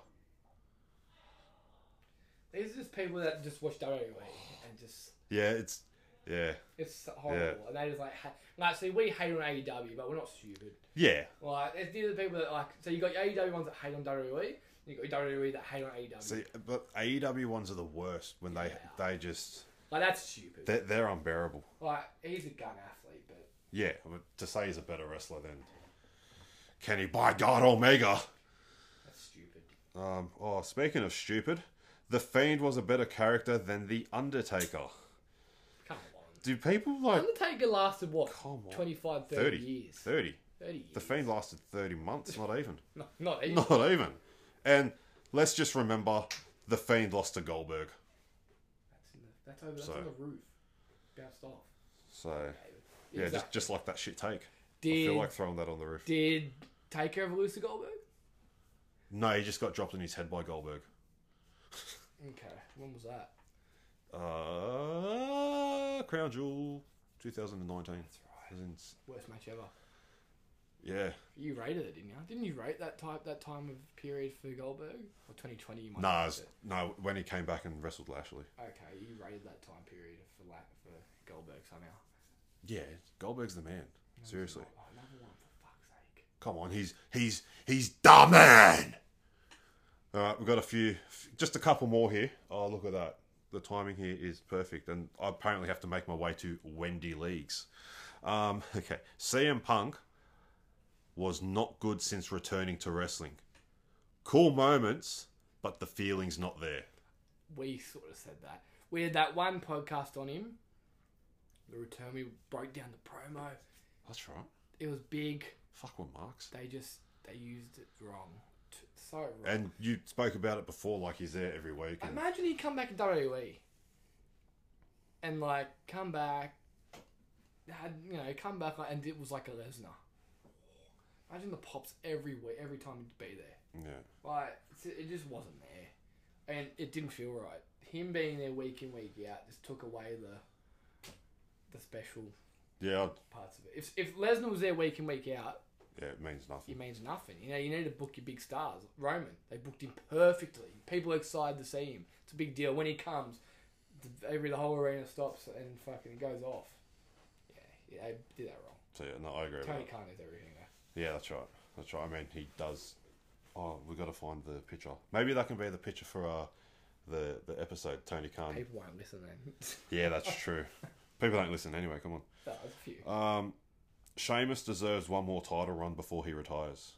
Speaker 1: These are just people that just watch WWE and just
Speaker 2: Yeah, it's yeah,
Speaker 1: it's horrible. And they just like ha- like see we hate on AEW, but we're not stupid.
Speaker 2: yeah.
Speaker 1: Like it's these are the people that like so you got your AEW ones that hate on WWE, you got your WWE that hate on E AEW.
Speaker 2: See, but AEW ones are the worst when they they just
Speaker 1: like that's stupid.
Speaker 2: they're, they're unbearable.
Speaker 1: like he's a gun athlete, but
Speaker 2: Yeah, I mean, to say he's a better wrestler than Kenny by God Omega.
Speaker 1: that's stupid.
Speaker 2: Um, oh, speaking of stupid, The Fiend was a better character than The Undertaker.
Speaker 1: Come on.
Speaker 2: Do people like
Speaker 1: Undertaker lasted what?
Speaker 2: Come on.
Speaker 1: 25, 30,
Speaker 2: 30
Speaker 1: years. 30,
Speaker 2: 30.
Speaker 1: years.
Speaker 2: The Fiend lasted 30 months, not even.
Speaker 1: No, not even.
Speaker 2: Not even. And let's just remember The Fiend lost to Goldberg.
Speaker 1: That's, in the, that's over. That's
Speaker 2: So-
Speaker 1: on the roof. Bounced off.
Speaker 2: So, yeah, just,
Speaker 1: Exactly.
Speaker 2: just like that shit take. I
Speaker 1: Did
Speaker 2: feel like throwing that on the roof.
Speaker 1: did Taker ever lose to Goldberg?
Speaker 2: No, he just got dropped in his head by Goldberg.
Speaker 1: Okay, when was that?
Speaker 2: Uh, Crown Jewel 2019. That's
Speaker 1: right. Worst match ever.
Speaker 2: yeah.
Speaker 1: You rated it, didn't you? Didn't you rate that type that time of period for Goldberg or 2020? You might
Speaker 2: No,
Speaker 1: have
Speaker 2: it was-
Speaker 1: said.
Speaker 2: no, when he came back and wrestled Lashley.
Speaker 1: Okay, you rated that time period for La- for Goldberg somehow.
Speaker 2: Yeah, Goldberg's the man. Seriously.
Speaker 1: Oh, another one for fuck's sake.
Speaker 2: Come on, he's he's he's the man. All right, we've got a few, just a couple more here. Oh, look at that. The timing here is perfect, and I apparently have to make my way to Wendy Leagues. Um, okay, CM Punk was not good since returning to wrestling. Cool moments, but the feeling's not there.
Speaker 1: We sort of said that. We had that one podcast on him. The return we broke down the promo.
Speaker 2: That's right.
Speaker 1: It was big.
Speaker 2: Fuck what marks.
Speaker 1: They just they used it wrong. T- So wrong.
Speaker 2: And you spoke about it before, like he's there every week. And
Speaker 1: Imagine he come back to WWE and like come back, had you know come back like, and it was like a Lesnar. Imagine the pops every week, every time he'd be there.
Speaker 2: yeah,
Speaker 1: Like it's- it just wasn't there, and it didn't feel right. Him being there week in week out just took away the the special
Speaker 2: yeah, I'd-
Speaker 1: parts of it. If if Lesnar was there week in week out,
Speaker 2: yeah. It means nothing.
Speaker 1: it means nothing. You know, you need to book your big stars. Roman, they booked him perfectly. People are excited to see him. It's a big deal. When he comes, the, every the whole arena stops and fucking it goes off. Yeah, yeah they did that wrong.
Speaker 2: So yeah, no, I agree. with that.
Speaker 1: Tony Khan is everything. Though.
Speaker 2: Yeah, that's right. That's right. I mean, he does. Oh, we got to find the picture. Maybe that can be the picture for uh, the the episode. Tony Khan.
Speaker 1: People won't listen then.
Speaker 2: Yeah, that's true. People don't listen anyway. Come
Speaker 1: no, it's a few.
Speaker 2: on. Um, Sheamus deserves one more title run before he retires.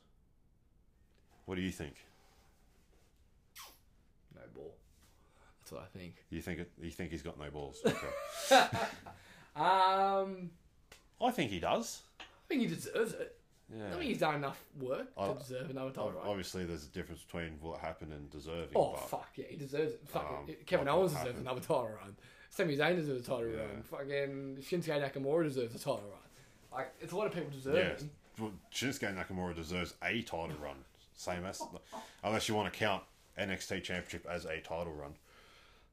Speaker 2: What do you think?
Speaker 1: no ball. That's what I think.
Speaker 2: You think it, you think he's got no balls? Okay.
Speaker 1: Um,
Speaker 2: I think he does.
Speaker 1: I think he deserves it.
Speaker 2: Yeah.
Speaker 1: I think he's done enough work to
Speaker 2: I-
Speaker 1: deserve another title.
Speaker 2: Ob-
Speaker 1: right?
Speaker 2: Obviously, there's a difference between what happened and deserving.
Speaker 1: Oh
Speaker 2: but
Speaker 1: fuck yeah, he deserves it. Fuck
Speaker 2: Um,
Speaker 1: it. Kevin
Speaker 2: what
Speaker 1: Owens
Speaker 2: happened?
Speaker 1: deserves another title run. Sami Zayn deserves a title
Speaker 2: Yeah.
Speaker 1: run. Fucking Shinsuke Nakamura deserves a title run. Like it's a lot of people
Speaker 2: Yeah,
Speaker 1: deserving.
Speaker 2: well, Shinsuke Nakamura deserves a title run. Same as, unless you want to count NXT Championship as a title run.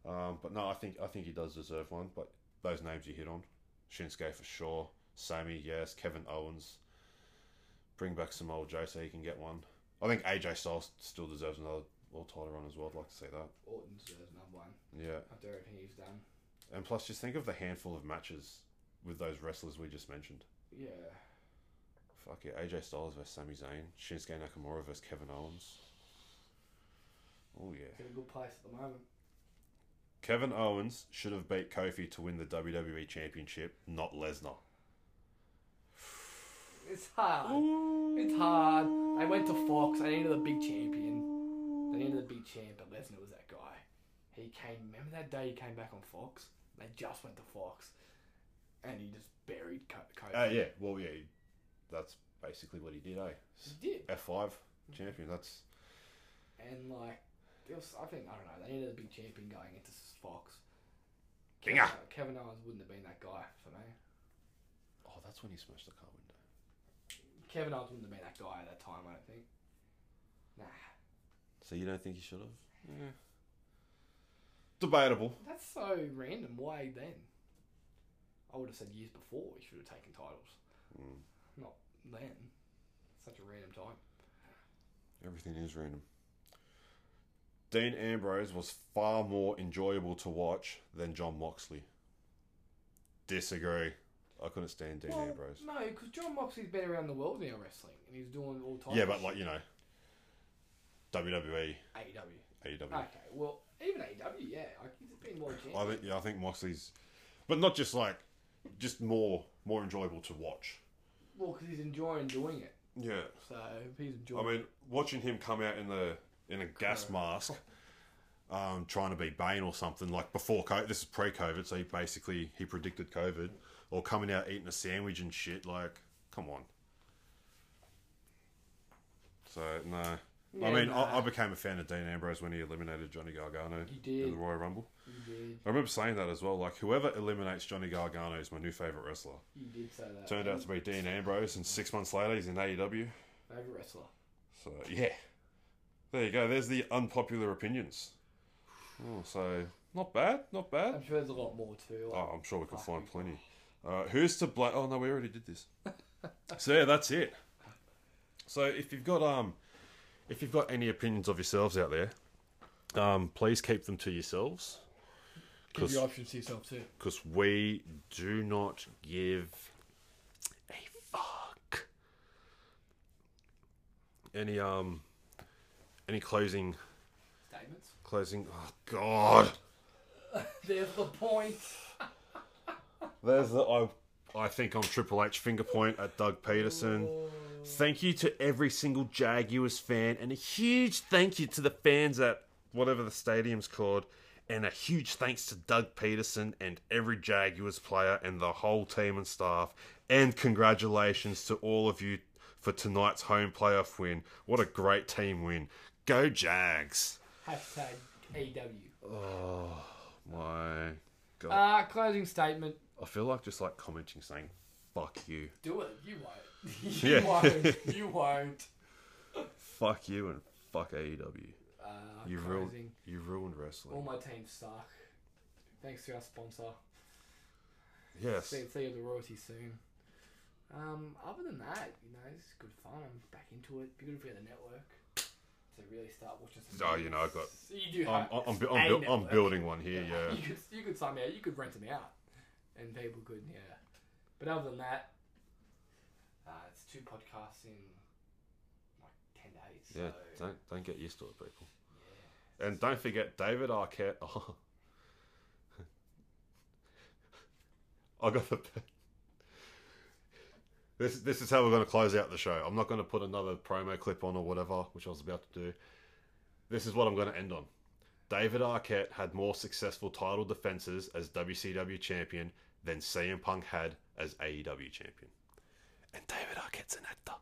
Speaker 2: Um, but no, I think I think he does deserve one. But those names you hit on, Shinsuke for sure, Sammy yes, Kevin Owens. Bring back some old Joe so he can get one. I think AJ Styles still deserves another world title run as well. I'd like to see that.
Speaker 1: Orton deserves another one.
Speaker 2: Yeah,
Speaker 1: After everything he's done.
Speaker 2: and plus just think of the handful of matches with those wrestlers we just mentioned.
Speaker 1: Yeah.
Speaker 2: Fuck yeah, AJ Styles versus Sami Zayn, Shinsuke Nakamura versus Kevin Owens. Oh yeah,
Speaker 1: He's in a good place at the moment.
Speaker 2: Kevin Owens should have beat Kofi to win the WWE Championship, not Lesnar.
Speaker 1: It's hard. It's hard. They went to Fox, they needed a big champion. They needed a big champ, but Lesnar was that guy. He came remember that day he came back on Fox? They just went to Fox. And he just buried Co- Kofi.
Speaker 2: Uh, yeah, well yeah, that's basically what he did, eh?
Speaker 1: He did.
Speaker 2: F five champion. That's
Speaker 1: and like it was, I think I don't know they needed a big champion going into Fox.
Speaker 2: Dinger.
Speaker 1: Kevin, Kevin Owens wouldn't have been that guy for me.
Speaker 2: oh, that's when he smashed the car window.
Speaker 1: Kevin Owens wouldn't have been that guy at that time. I don't think. Nah,
Speaker 4: So you don't think he should have?
Speaker 2: Debatable.
Speaker 1: that's so random. Why then? I would have said years before he should have taken titles.
Speaker 2: Hmm.
Speaker 1: Not then. Such a random time.
Speaker 4: Everything is random.
Speaker 2: Dean Ambrose was far more enjoyable to watch than John Moxley. Disagree. I couldn't stand Dean
Speaker 1: Well,
Speaker 2: Ambrose.
Speaker 1: no, because John Moxley's been around the world now wrestling, and he's doing all types.
Speaker 2: Yeah, but like you know, E, WWE,
Speaker 1: AEW.
Speaker 2: AEW.
Speaker 1: E Okay, well, even AEW, yeah, like, he's been world champion.
Speaker 2: I think yeah, I think Moxley's, but not just like, just more more enjoyable to watch.
Speaker 1: Well, because he's enjoying doing it,
Speaker 2: Yeah,
Speaker 1: so he's enjoying.
Speaker 2: I mean, watching him come out in the in a gas mask, um, trying to be Bane or something like before COVID. This is pre-COVID, so he basically he predicted COVID, or coming out eating a sandwich and shit. Like, come on. So no,
Speaker 1: Yeah,
Speaker 2: I mean,
Speaker 1: nah.
Speaker 2: I, I became a fan of Dean Ambrose when he eliminated Johnny Gargano
Speaker 1: You did.
Speaker 2: in the Royal Rumble.
Speaker 1: you did,
Speaker 2: I remember saying that as well. Like, whoever eliminates Johnny Gargano is my new favorite wrestler.
Speaker 1: you did say that.
Speaker 2: Turned out to be Dean Ambrose, and six months later, he's in E AEW.
Speaker 1: favorite wrestler.
Speaker 2: So yeah, there you go. There's the unpopular opinions. Oh, so not bad, not
Speaker 1: I'm
Speaker 2: bad.
Speaker 1: sure there's a lot more too. like-
Speaker 2: Oh, I'm sure we can find plenty. Uh, who's to blame? Oh no, we already did this. So yeah, that's it. So if you've got um, if you've got any opinions of yourselves out there, um, please keep them to yourselves
Speaker 1: Give
Speaker 2: 'cause-
Speaker 1: your options to yourself too.
Speaker 2: because we do not give a fuck. Any um, any closing
Speaker 1: Statements.
Speaker 2: Closing. Oh God.
Speaker 1: There's the point.
Speaker 2: There's the. I, I think I'm Triple H finger point at Doug Peterson. Thank you to every single Jaguars fan, and a huge thank you to the fans at whatever the stadium's called, and a huge thanks to Doug Peterson and every Jaguars player and the whole team and staff. And congratulations to all of you for tonight's home playoff win. What a great team win. Go Jags. Oh,
Speaker 1: Hashtag E AW.
Speaker 2: My God.
Speaker 1: Uh, closing statement.
Speaker 2: I feel like just like commenting saying, fuck you.
Speaker 1: Do it. You won't. you
Speaker 2: Yeah.
Speaker 1: won't. You won't.
Speaker 2: Fuck you and fuck AEW.
Speaker 1: Uh,
Speaker 2: You ruined,
Speaker 1: closing.
Speaker 2: you ruined wrestling.
Speaker 1: All Oh my teams suck. Thanks to our sponsor.
Speaker 2: yes.
Speaker 1: See, see you at the royalty soon. Um, other than that, you know, it's good fun. I'm back into it. Be good if we had a network to really start watching some.
Speaker 2: Oh, you know, I've got-
Speaker 1: You do
Speaker 2: I'm, uh,
Speaker 1: have.
Speaker 2: I'm, I'm, bu-
Speaker 1: a
Speaker 2: I'm, bu- I'm
Speaker 1: network.
Speaker 2: building one here, yeah.
Speaker 1: You could you could somehow you could rent them out, and people could yeah. But other than that, uh, it's two podcasts in like ten days. So,
Speaker 2: Yeah, don't, don't get used to it, people. And don't forget, David Arquette. Oh. I got the. This, this is how we're going to close out the show. I'm not going to put another promo clip on or whatever, which I was about to do. This is what I'm going to end on. David Arquette had more successful title defenses as WCW E champion than CM Punk had as AEW champion. And David Arquette's an actor.